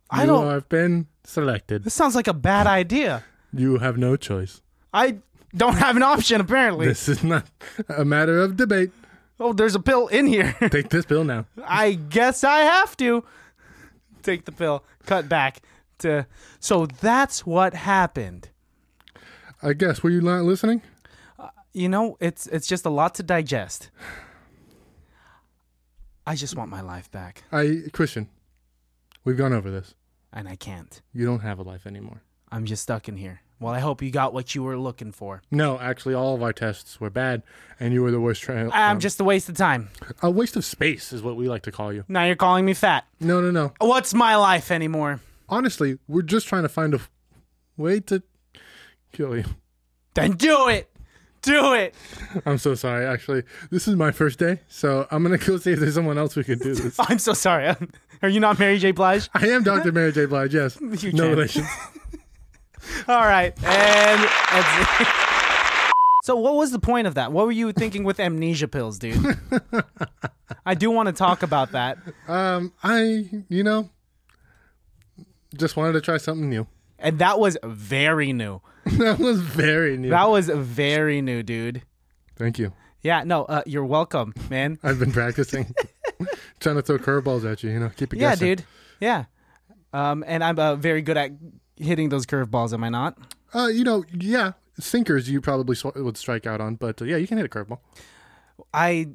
[SPEAKER 2] I
[SPEAKER 3] you
[SPEAKER 2] don't.
[SPEAKER 3] have been selected.
[SPEAKER 2] This sounds like a bad idea.
[SPEAKER 3] You have no choice.
[SPEAKER 2] I don't have an option apparently.
[SPEAKER 3] This is not a matter of debate.
[SPEAKER 2] Oh, there's a pill in here.
[SPEAKER 3] Take this pill now.
[SPEAKER 2] I guess I have to take the pill. Cut back to. So that's what happened.
[SPEAKER 3] I guess were you not listening?
[SPEAKER 2] You know, it's it's just a lot to digest. I just want my life back,
[SPEAKER 3] I Christian, we've gone over this.
[SPEAKER 2] and I can't.
[SPEAKER 3] You don't have a life anymore.
[SPEAKER 2] I'm just stuck in here. Well, I hope you got what you were looking for.
[SPEAKER 3] No, actually, all of our tests were bad, and you were the worst trial.
[SPEAKER 2] I'm
[SPEAKER 3] um,
[SPEAKER 2] just a waste of time.
[SPEAKER 3] a waste of space is what we like to call you.
[SPEAKER 2] Now you're calling me fat.
[SPEAKER 3] No, no, no.
[SPEAKER 2] What's my life anymore?
[SPEAKER 3] honestly, we're just trying to find a way to kill you.
[SPEAKER 2] Then do it. Do it.
[SPEAKER 3] I'm so sorry. Actually, this is my first day, so I'm gonna go see if there's someone else we could do this.
[SPEAKER 2] I'm so sorry. Are you not Mary J. Blige?
[SPEAKER 3] I am Dr. Mary J. Blige. Yes, no
[SPEAKER 2] can.
[SPEAKER 3] relation.
[SPEAKER 2] All right. And that's it. So what was the point of that? What were you thinking with amnesia pills, dude? I do want to talk about that.
[SPEAKER 3] Um, I, you know, just wanted to try something new.
[SPEAKER 2] And that was very new.
[SPEAKER 3] that was very new.
[SPEAKER 2] That was very new, dude.
[SPEAKER 3] Thank you.
[SPEAKER 2] Yeah, no, uh, you're welcome, man.
[SPEAKER 3] I've been practicing, trying to throw curveballs at you. You know, keep it
[SPEAKER 2] Yeah,
[SPEAKER 3] guessing.
[SPEAKER 2] dude. Yeah. Um, and I'm uh, very good at hitting those curveballs, am I not?
[SPEAKER 3] Uh, you know, yeah, sinkers you probably sw- would strike out on, but uh, yeah, you can hit a curveball.
[SPEAKER 2] I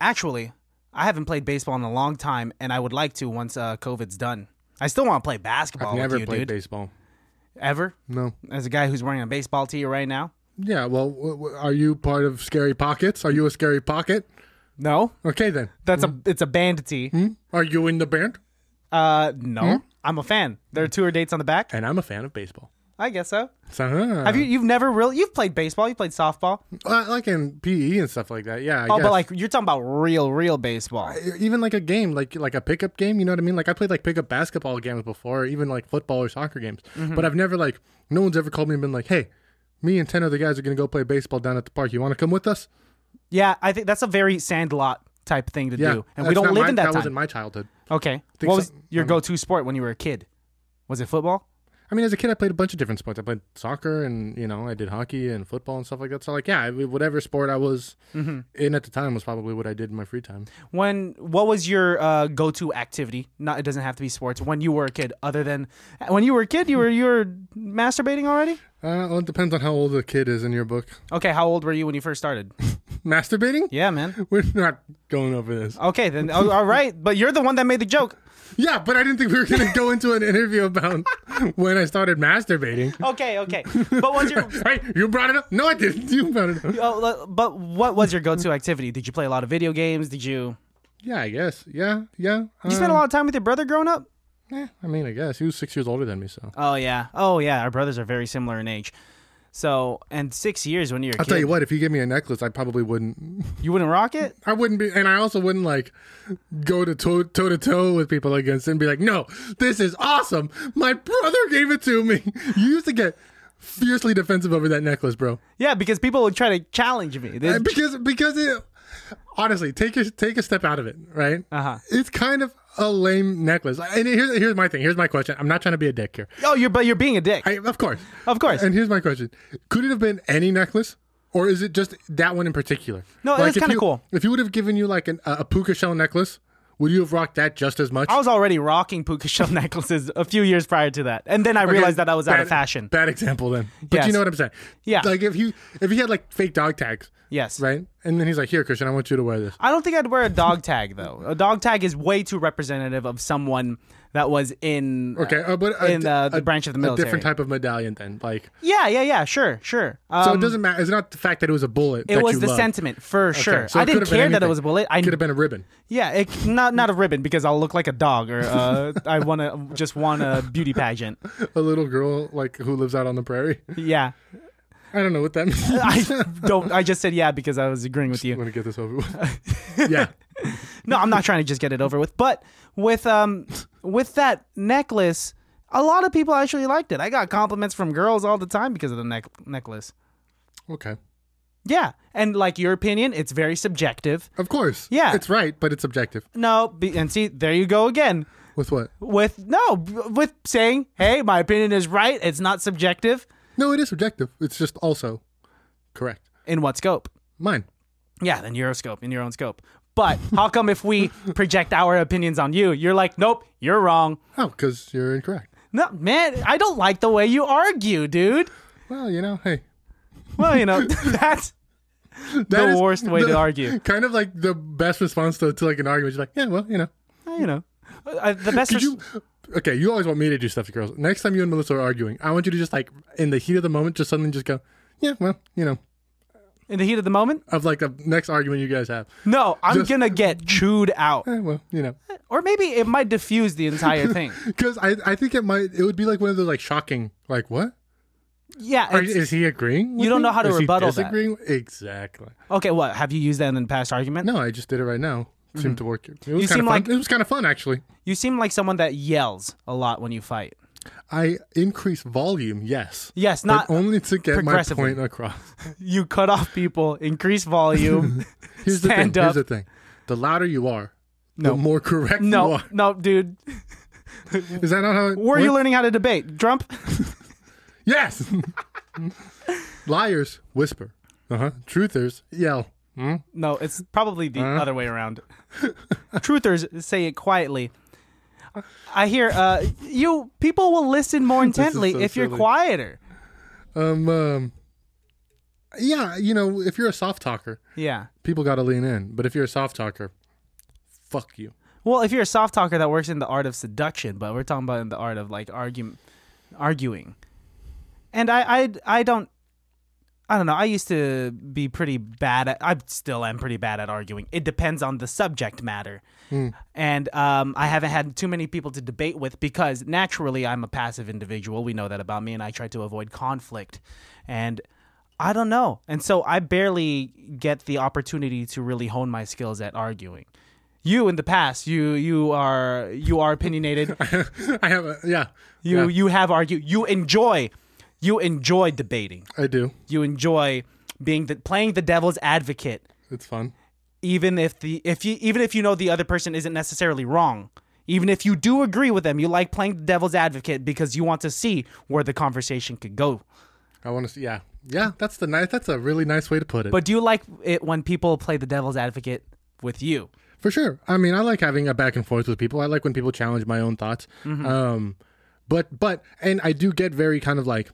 [SPEAKER 2] actually, I haven't played baseball in a long time, and I would like to once uh, COVID's done. I still want to play basketball
[SPEAKER 3] Never
[SPEAKER 2] with you,
[SPEAKER 3] played
[SPEAKER 2] dude.
[SPEAKER 3] baseball.
[SPEAKER 2] Ever?
[SPEAKER 3] No.
[SPEAKER 2] As a guy who's wearing a baseball tee right now?
[SPEAKER 3] Yeah, well, w- w- are you part of Scary Pockets? Are you a Scary Pocket?
[SPEAKER 2] No,
[SPEAKER 3] Okay, then.
[SPEAKER 2] that's a it's a band tee.
[SPEAKER 3] Hmm? Are you in the band?
[SPEAKER 2] Uh, no, I'm a fan. There are tour dates on the back.
[SPEAKER 3] And I'm a fan of baseball.
[SPEAKER 2] I guess so.
[SPEAKER 3] So,
[SPEAKER 2] Have you? You've never really you've played baseball. You played softball.
[SPEAKER 3] Uh, like in PE and stuff like that. Yeah. I
[SPEAKER 2] Oh,
[SPEAKER 3] guess. E,
[SPEAKER 2] but like you're talking about real, real baseball.
[SPEAKER 3] even like a game, like like a pickup game. You know what I mean? Like I played like pickup basketball games before, or even like football or soccer games.
[SPEAKER 2] Mm-hmm.
[SPEAKER 3] But I've never like no one's ever called me and been like, "Hey, me and ten other guys are gonna go play baseball down at the park. You want to come with us?"
[SPEAKER 2] Yeah, I think that's a very Sandlot type thing to
[SPEAKER 3] Yeah,
[SPEAKER 2] do, and
[SPEAKER 3] that's
[SPEAKER 2] we don't
[SPEAKER 3] not
[SPEAKER 2] live
[SPEAKER 3] my-
[SPEAKER 2] in that,
[SPEAKER 3] That
[SPEAKER 2] time.
[SPEAKER 3] wasn't my childhood.
[SPEAKER 2] okay,
[SPEAKER 3] think
[SPEAKER 2] what was
[SPEAKER 3] so- Um,
[SPEAKER 2] your
[SPEAKER 3] I'm-
[SPEAKER 2] go-to sport when you were a kid? Was it football?
[SPEAKER 3] I mean, as a kid, I played a bunch of different sports. I played soccer, and you know, I did hockey and football and stuff like that. So, like, yeah, I mean, whatever sport I was
[SPEAKER 2] Mm-hmm.
[SPEAKER 3] in at the time was probably what I did in my free time.
[SPEAKER 2] When what was your uh, go-to activity? Not it doesn't have to be sports. When you were a kid, other than when you were a kid, you were you were masturbating already.
[SPEAKER 3] Uh, well, it depends on how old the kid is in your book.
[SPEAKER 2] Okay, how old were you when you first started?
[SPEAKER 3] Masturbating?
[SPEAKER 2] Yeah, man.
[SPEAKER 3] We're not going over this.
[SPEAKER 2] Okay, then oh, all right, but you're the one that made the joke.
[SPEAKER 3] Yeah, but I didn't think we were going to go into an interview about when I started masturbating.
[SPEAKER 2] Okay, okay, but what's your
[SPEAKER 3] Right? You brought it up? No, I didn't. You brought it up.
[SPEAKER 2] oh, l- but what was your go-to activity? Did you play a lot of video games? Did you
[SPEAKER 3] Yeah, I guess. Yeah, yeah.
[SPEAKER 2] you spend a lot of time with your brother growing up?
[SPEAKER 3] Eh, I mean, I guess he was six years older than me, so
[SPEAKER 2] Oh yeah, oh yeah. Our brothers are very similar in age. So and six years when you're a
[SPEAKER 3] I'll
[SPEAKER 2] kid,
[SPEAKER 3] tell you what. If he gave me a necklace, I probably wouldn't.
[SPEAKER 2] you wouldn't rock it.
[SPEAKER 3] I wouldn't be, and I also wouldn't like go to toe toe to toe with people against it and be like, "No, this is awesome. My brother gave it to me." You used to get fiercely defensive over that necklace, bro.
[SPEAKER 2] Yeah, because people would try to challenge me. They-
[SPEAKER 3] And because because it honestly take a take a step out of it right
[SPEAKER 2] Uh-huh.
[SPEAKER 3] it's kind of a lame necklace and here's here's my thing here's my question i'm not trying to be a dick here
[SPEAKER 2] oh, you're but you're being a dick.
[SPEAKER 3] I, of course
[SPEAKER 2] Of course.
[SPEAKER 3] and here's my question could it have been any necklace or is it just that one in particular
[SPEAKER 2] No, it was
[SPEAKER 3] if
[SPEAKER 2] kinda
[SPEAKER 3] you-
[SPEAKER 2] cool.
[SPEAKER 3] if you would have given you like an, a, a puka shell necklace would you have rocked that just as much
[SPEAKER 2] I was already rocking puka shell necklaces a few years prior to that, and then I realized that I was out of
[SPEAKER 3] Bad-
[SPEAKER 2] fashion.
[SPEAKER 3] bad example then but
[SPEAKER 2] Yes.
[SPEAKER 3] you know what i'm saying
[SPEAKER 2] Yeah.
[SPEAKER 3] like if you if he had like fake dog tags
[SPEAKER 2] Yes.
[SPEAKER 3] right and then he's like here christian i want you to wear this
[SPEAKER 2] I don't think I'd wear a dog tag though. A dog tag is way too representative of someone that was in. uh,
[SPEAKER 3] Okay, uh, but a,
[SPEAKER 2] in, uh, the branch of the
[SPEAKER 3] a
[SPEAKER 2] military.
[SPEAKER 3] different type of medallion then. Like,
[SPEAKER 2] yeah, yeah, yeah. Sure, sure. Um,
[SPEAKER 3] so it doesn't matter. It's not the fact that it was a bullet.
[SPEAKER 2] it
[SPEAKER 3] that
[SPEAKER 2] was
[SPEAKER 3] you
[SPEAKER 2] the
[SPEAKER 3] loved.
[SPEAKER 2] sentiment for sure.
[SPEAKER 3] so
[SPEAKER 2] I
[SPEAKER 3] it
[SPEAKER 2] didn't
[SPEAKER 3] could've been
[SPEAKER 2] care that it
[SPEAKER 3] anything.
[SPEAKER 2] was a bullet. I
[SPEAKER 3] Could have been a ribbon.
[SPEAKER 2] yeah, it, not not a ribbon because I'll look like a dog or uh, I want to just want a beauty pageant.
[SPEAKER 3] A little girl like who lives out on the prairie.
[SPEAKER 2] Yeah,
[SPEAKER 3] I don't know what that means. I
[SPEAKER 2] I don't. I just said yeah because I was agreeing with you.
[SPEAKER 3] want to get this over with. yeah,
[SPEAKER 2] No, I'm not trying to just get it over with. But with um with that necklace, a lot of people actually liked it. I got compliments from girls all the time because of the neck necklace.
[SPEAKER 3] okay.
[SPEAKER 2] Yeah, and like your opinion, it's very subjective.
[SPEAKER 3] Of course.
[SPEAKER 2] Yeah.
[SPEAKER 3] it's right, but it's subjective.
[SPEAKER 2] No, be, and see, there you go again
[SPEAKER 3] With what?
[SPEAKER 2] with no b- with saying, "Hey, my opinion is right. It's not subjective."
[SPEAKER 3] No, it is subjective. It's just also correct.
[SPEAKER 2] In what scope?
[SPEAKER 3] Mine.
[SPEAKER 2] Yeah, then Euroscope in your own scope. But how come if we project our opinions on you, you're like, "Nope, you're wrong."
[SPEAKER 3] Oh, because you're incorrect.
[SPEAKER 2] No, man, I don't like the way you argue, dude.
[SPEAKER 3] Well, you know, hey,
[SPEAKER 2] Well, you know, that's
[SPEAKER 3] that
[SPEAKER 2] the
[SPEAKER 3] is
[SPEAKER 2] worst way to
[SPEAKER 3] the-
[SPEAKER 2] argue.
[SPEAKER 3] Kind of like the best response to, to like an argument. You're like, yeah, well, you know,
[SPEAKER 2] You know, uh, the best.
[SPEAKER 3] Could
[SPEAKER 2] res-
[SPEAKER 3] you? Okay, you always want me to do stuff to girls. Next time you and Melissa are arguing, I want you to just like in the heat of the moment, just suddenly just go, yeah, well, you know,
[SPEAKER 2] in the heat of the moment?
[SPEAKER 3] of like the next argument you guys have.
[SPEAKER 2] No, I'm
[SPEAKER 3] Just-
[SPEAKER 2] gonna get chewed out,
[SPEAKER 3] Eh, well, you know,
[SPEAKER 2] or maybe it might diffuse the entire thing.
[SPEAKER 3] because I I think it might it would be like one of those like shocking like what
[SPEAKER 2] Yeah.
[SPEAKER 3] Are-
[SPEAKER 2] it's-
[SPEAKER 3] is he agreeing? with
[SPEAKER 2] You don't
[SPEAKER 3] me?
[SPEAKER 2] know how to
[SPEAKER 3] Is he
[SPEAKER 2] rebuttal that.
[SPEAKER 3] disagreeing? Exactly.
[SPEAKER 2] okay. What have you used that in the past argument?
[SPEAKER 3] No, I just did it right now. Seemed to work. It was kind of
[SPEAKER 2] Mm-hmm. seem
[SPEAKER 3] fun.
[SPEAKER 2] like-
[SPEAKER 3] it was kind of fun actually.
[SPEAKER 2] You seem like someone that yells a lot when you fight.
[SPEAKER 3] I increase volume, yes.
[SPEAKER 2] Yes,
[SPEAKER 3] But
[SPEAKER 2] not
[SPEAKER 3] only to get my
[SPEAKER 2] progressively.
[SPEAKER 3] point across.
[SPEAKER 2] you cut off people, increase volume,
[SPEAKER 3] Here's the
[SPEAKER 2] stand
[SPEAKER 3] thing.
[SPEAKER 2] up.
[SPEAKER 3] Here's the thing. The louder you are, the more correct you
[SPEAKER 2] no,
[SPEAKER 3] are.
[SPEAKER 2] no, dude.
[SPEAKER 3] Is that not how it
[SPEAKER 2] Where are
[SPEAKER 3] works?
[SPEAKER 2] you learning how to debate, Trump?
[SPEAKER 3] Yes. Liars whisper. Uh huh. Truthers yell.
[SPEAKER 2] No, it's probably the other way around. Truthers say it quietly. I hear uh, you. People will listen more intently
[SPEAKER 3] so
[SPEAKER 2] if you're
[SPEAKER 3] silly.
[SPEAKER 2] quieter.
[SPEAKER 3] Um. um yeah, you know, if you're a soft talker,
[SPEAKER 2] Yeah.
[SPEAKER 3] people got to lean in. But if you're a soft talker, fuck you.
[SPEAKER 2] Well, if you're a soft talker, that works in the art of seduction, but we're talking about in the art of like argument, arguing. And I, I, I don't. I don't know. I used to be pretty bad at. I still am pretty bad at arguing. It depends on the subject matter, and um, I haven't had too many people to debate with because naturally I'm a passive individual. We know that about me, and I try to avoid conflict. And I don't know, and so I barely get the opportunity to really hone my skills at arguing. You in the past, you you are you are opinionated.
[SPEAKER 3] I have a yeah.
[SPEAKER 2] You
[SPEAKER 3] yeah,
[SPEAKER 2] you have argued. You enjoy, you enjoy debating
[SPEAKER 3] I do.
[SPEAKER 2] you enjoy being the playing the devil's advocate
[SPEAKER 3] It's fun.
[SPEAKER 2] even if the if you even if you know the other person isn't necessarily wrong. Even if you do agree with them, you like playing the devil's advocate because you want to see where the conversation could go.
[SPEAKER 3] I want to see. Yeah, yeah. That's the nice. That's a really nice way to put it.
[SPEAKER 2] But do you like it when people play the devil's advocate with you?
[SPEAKER 3] for sure, I mean, I like having a back and forth with people. I like when people challenge my own thoughts. Um, but but and I do get very kind of like.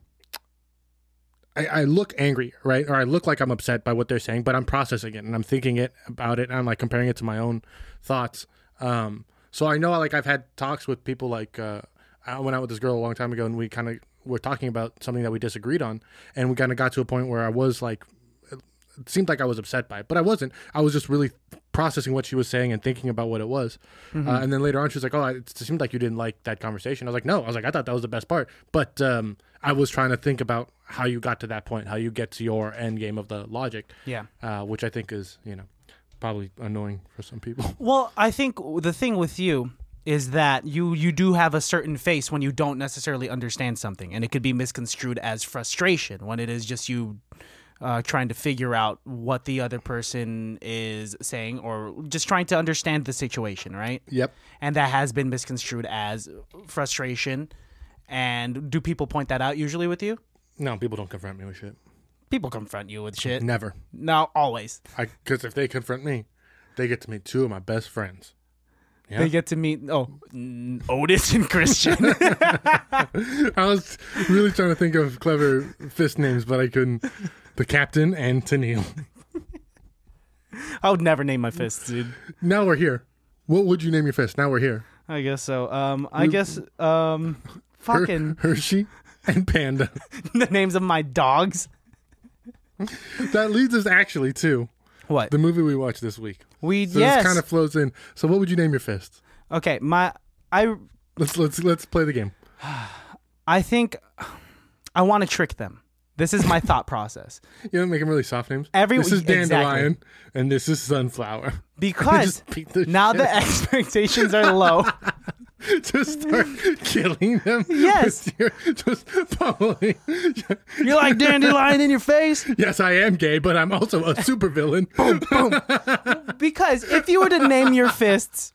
[SPEAKER 3] I, I look angry, right? Or I look like I'm upset by what they're saying, but I'm processing it and I'm thinking it about it. And I'm like comparing it to my own thoughts. Um, so I know, like, I've had talks with people like uh, I went out with this girl a long time ago, and we kind of were talking about something that we disagreed on, and we kind of got to a point where I was like, it seemed like I was upset by it, but I wasn't. I was just really processing what she was saying and thinking about what it was. Uh, and then later on, she was like, "Oh, I- it seemed like you didn't like that conversation." I was like, "No," I was like, "I thought that was the best part," but um, I was trying to think about how you got to that point, how you get to your end game of the logic.
[SPEAKER 2] Yeah.
[SPEAKER 3] uh, which I think is you know probably annoying for some people.
[SPEAKER 2] Well, I think the thing with you is that you you do have a certain face when you don't necessarily understand something, and it could be misconstrued as frustration when it is just you uh, trying to figure out what the other person is saying or just trying to understand the situation, right?
[SPEAKER 3] Yep.
[SPEAKER 2] And that has been misconstrued as frustration. And do people point that out usually with you?
[SPEAKER 3] No, people don't confront me with shit.
[SPEAKER 2] People confront you with shit.
[SPEAKER 3] Never.
[SPEAKER 2] No, always.
[SPEAKER 3] I because if they confront me, they get to meet two of my best friends.
[SPEAKER 2] They get to meet oh n- Otis and Christian.
[SPEAKER 3] I was really trying to think of clever fist names, but I couldn't. The captain and Tennille.
[SPEAKER 2] I would never name my fists, dude.
[SPEAKER 3] Now we're here. What would you name your fist? Now we're here.
[SPEAKER 2] I guess so. Um, I guess um,
[SPEAKER 3] Her-
[SPEAKER 2] fucking
[SPEAKER 3] Hershey and Panda.
[SPEAKER 2] the names of my dogs.
[SPEAKER 3] That leads us actually to
[SPEAKER 2] What
[SPEAKER 3] the movie we watched this week.
[SPEAKER 2] we
[SPEAKER 3] So
[SPEAKER 2] yes.
[SPEAKER 3] this kind of flows in. So what would you name your fist?
[SPEAKER 2] okay, my I
[SPEAKER 3] Let's let's let's play the game.
[SPEAKER 2] I think I want to trick them. This is my thought process
[SPEAKER 3] You know, make them really soft names.
[SPEAKER 2] Every-
[SPEAKER 3] this is
[SPEAKER 2] exactly.
[SPEAKER 3] dandelion, and this is sunflower.
[SPEAKER 2] because
[SPEAKER 3] Just beat the
[SPEAKER 2] now
[SPEAKER 3] shit
[SPEAKER 2] the expectations are low.
[SPEAKER 3] just start killing them.
[SPEAKER 2] Yes.
[SPEAKER 3] with your- just pummeling.
[SPEAKER 2] You're like dandelion in your face
[SPEAKER 3] Yes, I am gay, but I'm also a supervillain.
[SPEAKER 2] because if you were to name your fists.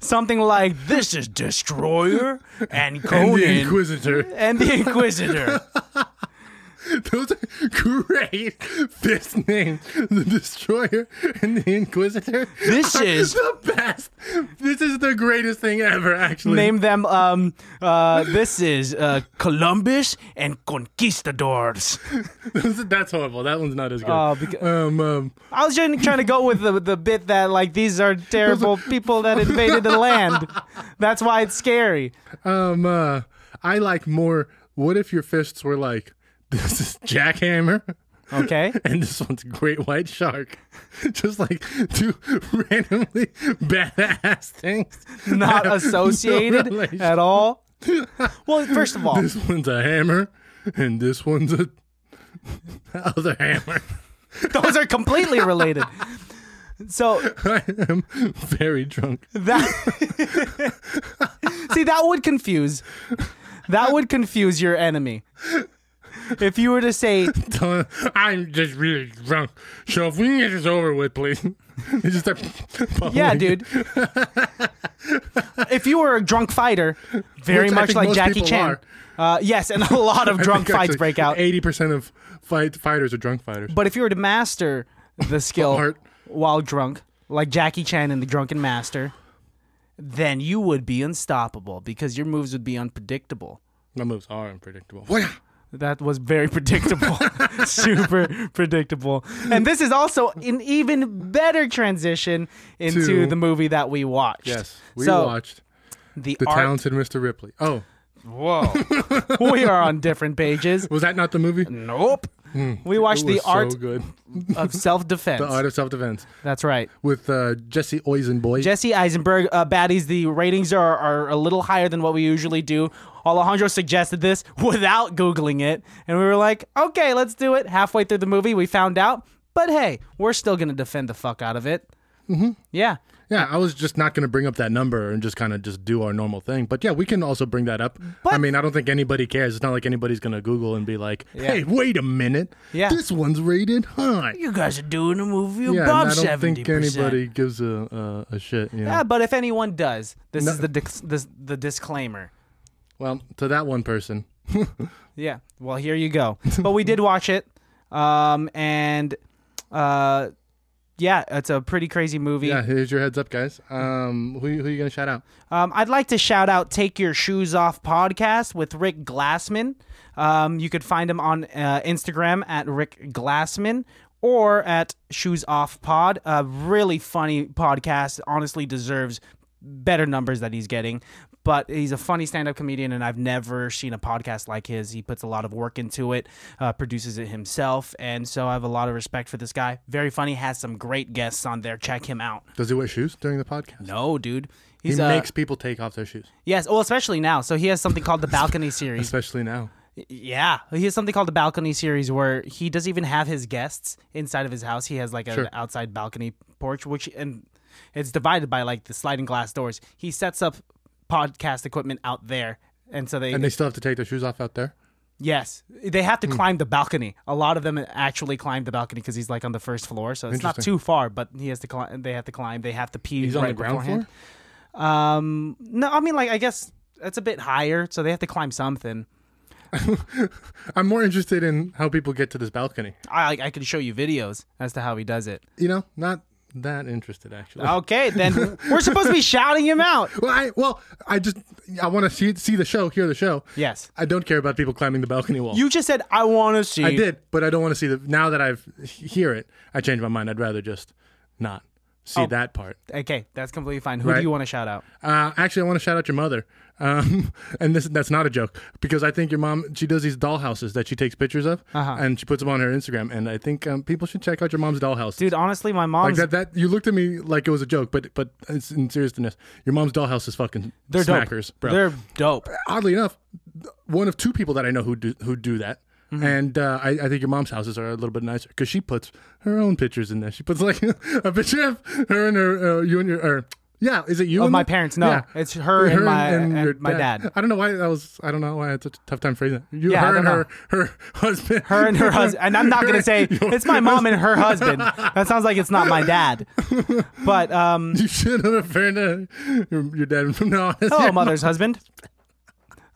[SPEAKER 2] Something like this is Destroyer and
[SPEAKER 3] and
[SPEAKER 2] Conan
[SPEAKER 3] the Inquisitor.
[SPEAKER 2] and the Inquisitor.
[SPEAKER 3] Those are great fist names. The Destroyer and the Inquisitor.
[SPEAKER 2] This
[SPEAKER 3] are
[SPEAKER 2] is-
[SPEAKER 3] the best. This is the greatest thing ever, actually.
[SPEAKER 2] Name them. Um, uh, this is uh, Columbus and Conquistadors.
[SPEAKER 3] Those- That's horrible. That one's not as good.
[SPEAKER 2] Oh, beca-
[SPEAKER 3] um, um,
[SPEAKER 2] I was just trying to go with the, the bit that like these are terrible people that invaded the land. That's why it's scary.
[SPEAKER 3] um, uh, I like more. What if your fists were like, this is Jackhammer?
[SPEAKER 2] Okay.
[SPEAKER 3] And this one's Great White Shark. Just like two randomly badass things.
[SPEAKER 2] Not
[SPEAKER 3] No
[SPEAKER 2] associated
[SPEAKER 3] relation.
[SPEAKER 2] at all. Well, first of all,
[SPEAKER 3] This one's a hammer, and this one's a other hammer.
[SPEAKER 2] those are completely related. So
[SPEAKER 3] I am very drunk.
[SPEAKER 2] that See, that would confuse. That would confuse your enemy. If you were to say
[SPEAKER 3] Tell- I'm just really drunk. So if we can get this over with, please. They just Oh start pummeling.
[SPEAKER 2] Yeah, dude. if you were a drunk fighter, very
[SPEAKER 3] Which I
[SPEAKER 2] much
[SPEAKER 3] think
[SPEAKER 2] like
[SPEAKER 3] most
[SPEAKER 2] Jackie
[SPEAKER 3] people
[SPEAKER 2] Chan. Uh, yes, and a lot of
[SPEAKER 3] I
[SPEAKER 2] drunk
[SPEAKER 3] think
[SPEAKER 2] fights
[SPEAKER 3] actually
[SPEAKER 2] break out.
[SPEAKER 3] 80% of fight fighters are drunk fighters.
[SPEAKER 2] But if you were to master the skill
[SPEAKER 3] Art.
[SPEAKER 2] while drunk, like Jackie Chan in The Drunken Master, then you would be unstoppable because your moves would be unpredictable.
[SPEAKER 3] My moves are unpredictable.
[SPEAKER 2] That was very predictable. Super predictable. And this is also an even better transition into
[SPEAKER 3] To-
[SPEAKER 2] the movie that we watched.
[SPEAKER 3] Yes, we
[SPEAKER 2] so
[SPEAKER 3] watched
[SPEAKER 2] the,
[SPEAKER 3] The
[SPEAKER 2] art
[SPEAKER 3] Talented Mr. Ripley. Oh,
[SPEAKER 2] Whoa. we are on different pages.
[SPEAKER 3] was that not the movie? It
[SPEAKER 2] Nope. We watched
[SPEAKER 3] was
[SPEAKER 2] the art
[SPEAKER 3] so good.
[SPEAKER 2] of self defense.
[SPEAKER 3] The Art of Self Defense
[SPEAKER 2] That's right.
[SPEAKER 3] with uh, Jesse Eisenboy.
[SPEAKER 2] Jesse Eisenberg, uh, baddies, the ratings are, are a little higher than what we usually do. Alejandro suggested this without Googling it. And we were like, okay, let's do it. Halfway through the movie, we found out. But hey, we're still going to defend the fuck out of it. Mm-hmm. Yeah.
[SPEAKER 3] Yeah, I was just not going to bring up that number and just kind of just do our normal thing. But yeah, we can also bring that up. I
[SPEAKER 2] But-
[SPEAKER 3] mean, I don't think anybody cares. It's not like anybody's going to Google and be like,
[SPEAKER 2] Yeah.
[SPEAKER 3] "Hey, wait a minute,
[SPEAKER 2] Yeah.
[SPEAKER 3] this one's rated high."
[SPEAKER 2] You guys are doing a movie
[SPEAKER 3] Yeah, and
[SPEAKER 2] above
[SPEAKER 3] I don't
[SPEAKER 2] seventy
[SPEAKER 3] think
[SPEAKER 2] percent.
[SPEAKER 3] anybody gives a a, a shit. Yeah.
[SPEAKER 2] Yeah, but if anyone does, this is the dis- this, the disclaimer.
[SPEAKER 3] Well, to that one person,
[SPEAKER 2] Yeah. Well, here you go. but we did watch it, um, and uh, yeah, it's a pretty crazy movie.
[SPEAKER 3] yeah. Here's your heads up, guys. Um, who who you going to shout out?
[SPEAKER 2] Um, I'd like to shout out "Take Your Shoes Off" podcast with Rick Glassman. Um, you could find him on uh, Instagram at Rick Glassman or at Shoes Off Pod. A really funny podcast. Honestly, deserves better numbers that he's getting. But he's a funny stand-up comedian, and I've never seen a podcast like his. He puts a lot of work into it, uh, produces it himself, and so I have a lot of respect for this guy. Very funny. Has some great guests on there. Check him out.
[SPEAKER 3] Does he wear shoes during the podcast?
[SPEAKER 2] No, dude.
[SPEAKER 3] He
[SPEAKER 2] He's uh, a-
[SPEAKER 3] makes people take off their shoes,
[SPEAKER 2] Yes, well, especially now. So he has something called the balcony series.
[SPEAKER 3] especially now.
[SPEAKER 2] Yeah, he has something called the balcony series where he doesn't even have his guests inside of his house. He has like an outside balcony porch, which and it's divided by like the sliding glass doors. He sets up podcast equipment out there, and so they,
[SPEAKER 3] And they Hmm. still have to take their shoes off out there.
[SPEAKER 2] yes they have to climb the balcony. A lot of them actually climb the balcony because he's like on the first floor, so it's not
[SPEAKER 3] Interesting.
[SPEAKER 2] too far. But he has to climb. They have to climb. They have to pee.
[SPEAKER 3] He's on
[SPEAKER 2] right
[SPEAKER 3] the ground
[SPEAKER 2] beforehand.
[SPEAKER 3] floor.
[SPEAKER 2] Um, no, I mean like I guess that's a bit higher, so they have to climb something.
[SPEAKER 3] I'm more interested in how people get to this balcony.
[SPEAKER 2] I I can show you videos as to how he does it.
[SPEAKER 3] You know, not that interested actually.
[SPEAKER 2] Okay, then we're supposed to be shouting him out.
[SPEAKER 3] Well, I well, I just I want to see see the show, hear the show.
[SPEAKER 2] Yes.
[SPEAKER 3] I don't care about people climbing the balcony wall.
[SPEAKER 2] You just said I want to see.
[SPEAKER 3] I did, but I don't want to see the. Now that I've hear it, I changed my mind. I'd rather just not see that part.
[SPEAKER 2] Okay, that's completely fine. Who
[SPEAKER 3] Right.
[SPEAKER 2] do you want to shout out?
[SPEAKER 3] Uh, actually, I want to shout out your mother. Um, and this that's not a joke because I think your mom she does these dollhouses that she takes pictures of
[SPEAKER 2] Uh-huh.
[SPEAKER 3] and she puts them on her Instagram. And I think um, people should check out your mom's dollhouse.
[SPEAKER 2] Dude, honestly, my
[SPEAKER 3] Like
[SPEAKER 2] mom's
[SPEAKER 3] that, that you looked at me like it was a joke, but but it's in seriousness, your mom's dollhouse is fucking
[SPEAKER 2] they're
[SPEAKER 3] smackers,
[SPEAKER 2] dope.
[SPEAKER 3] bro.
[SPEAKER 2] They're dope.
[SPEAKER 3] Oddly enough, th- one of two people that I know who do, who do that,
[SPEAKER 2] Mm-hmm.
[SPEAKER 3] and uh, I, I think your mom's houses are a little bit nicer because she puts her own pictures in there. She puts like a picture of her and her uh, you and your or yeah, is it you?
[SPEAKER 2] Of
[SPEAKER 3] and
[SPEAKER 2] my
[SPEAKER 3] the-
[SPEAKER 2] parents, no,
[SPEAKER 3] Yeah.
[SPEAKER 2] it's her and my and
[SPEAKER 3] your
[SPEAKER 2] my dad.
[SPEAKER 3] I don't know why that was. I don't know why I had such a tough time phrasing. It. You,
[SPEAKER 2] Yeah, I
[SPEAKER 3] her
[SPEAKER 2] don't
[SPEAKER 3] and her her husband.
[SPEAKER 2] Her and her husband, and I'm not gonna say
[SPEAKER 3] Your-
[SPEAKER 2] it's my mom and her husband. That sounds like it's not my dad. But um,
[SPEAKER 3] You should have referred to your, your dad from now on. as
[SPEAKER 2] hello,
[SPEAKER 3] your
[SPEAKER 2] mother's husband.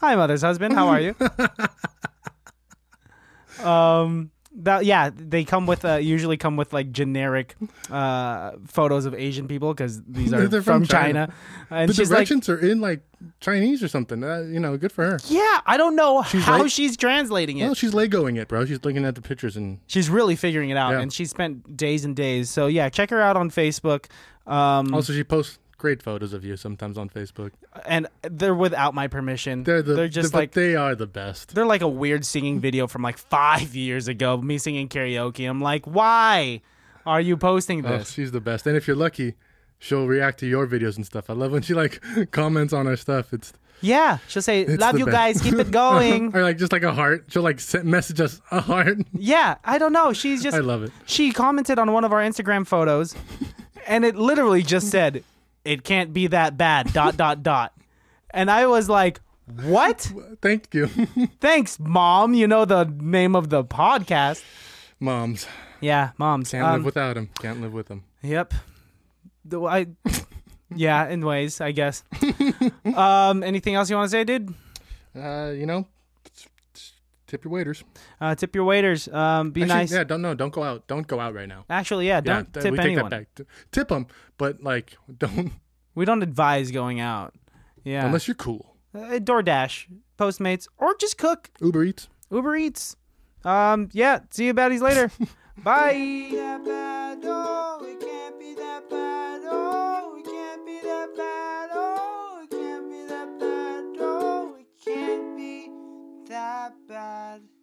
[SPEAKER 2] Hi, mother's husband. How are you? um, that yeah, they come with uh, usually come with like generic uh, photos of Asian people because these are
[SPEAKER 3] They're
[SPEAKER 2] from,
[SPEAKER 3] from China.
[SPEAKER 2] China. and
[SPEAKER 3] the
[SPEAKER 2] she's like,
[SPEAKER 3] directions are in like Chinese or something. Uh, you know, good for her.
[SPEAKER 2] yeah, I don't know how
[SPEAKER 3] right. Oh,
[SPEAKER 2] she's translating it.
[SPEAKER 3] Well, she's legoing it, bro. She's looking at the pictures and
[SPEAKER 2] she's really figuring it out,
[SPEAKER 3] Yeah.
[SPEAKER 2] and she spent days and days. So yeah, check her out on Facebook. Um,
[SPEAKER 3] also she posts great photos of you sometimes on Facebook.
[SPEAKER 2] and they're without my permission.
[SPEAKER 3] They're the
[SPEAKER 2] they're just
[SPEAKER 3] but
[SPEAKER 2] like
[SPEAKER 3] they are the best.
[SPEAKER 2] They're like a weird singing video from like five years ago, me singing karaoke. I'm like, why are you posting
[SPEAKER 3] Oh,
[SPEAKER 2] this?
[SPEAKER 3] she's the best. And if you're lucky, she'll react to your videos and stuff. I love when she like comments on our stuff. It's
[SPEAKER 2] yeah. She'll say, Love
[SPEAKER 3] the
[SPEAKER 2] you
[SPEAKER 3] best.
[SPEAKER 2] guys, keep it going.
[SPEAKER 3] or like just like a heart. She'll like se- message us a heart.
[SPEAKER 2] yeah. I don't know. She's just
[SPEAKER 3] I love it.
[SPEAKER 2] she commented on one of our Instagram photos and it literally just said, It can't be that bad, dot dot dot. And I was like, What?
[SPEAKER 3] Thank you,
[SPEAKER 2] Thanks, mom. You know the name of the podcast.
[SPEAKER 3] moms.
[SPEAKER 2] Yeah, moms.
[SPEAKER 3] Can't
[SPEAKER 2] Um,
[SPEAKER 3] live without him. Can't live with him.
[SPEAKER 2] Yep. Do I? yeah. In ways, I guess. um. Anything else you want to say, dude?
[SPEAKER 3] Uh, you know, tip your waiters.
[SPEAKER 2] Uh, tip your waiters. Um. Be
[SPEAKER 3] Actually,
[SPEAKER 2] nice.
[SPEAKER 3] Yeah, don't no, don't go out. Don't go out right now.
[SPEAKER 2] Actually, yeah. Don't
[SPEAKER 3] th-
[SPEAKER 2] tip
[SPEAKER 3] we
[SPEAKER 2] anyone.
[SPEAKER 3] Take that back. T- Tip them, but like don't
[SPEAKER 2] We don't advise going out. Yeah.
[SPEAKER 3] unless you're cool.
[SPEAKER 2] uh, DoorDash, Postmates, or just cook
[SPEAKER 3] Uber Eats.
[SPEAKER 2] Uber Eats. Um. Yeah. See you baddies later. Bye.
[SPEAKER 1] that bad, oh, it can't be that bad, oh, it can't be that bad, oh, it can't be that bad, oh, it can't be that bad.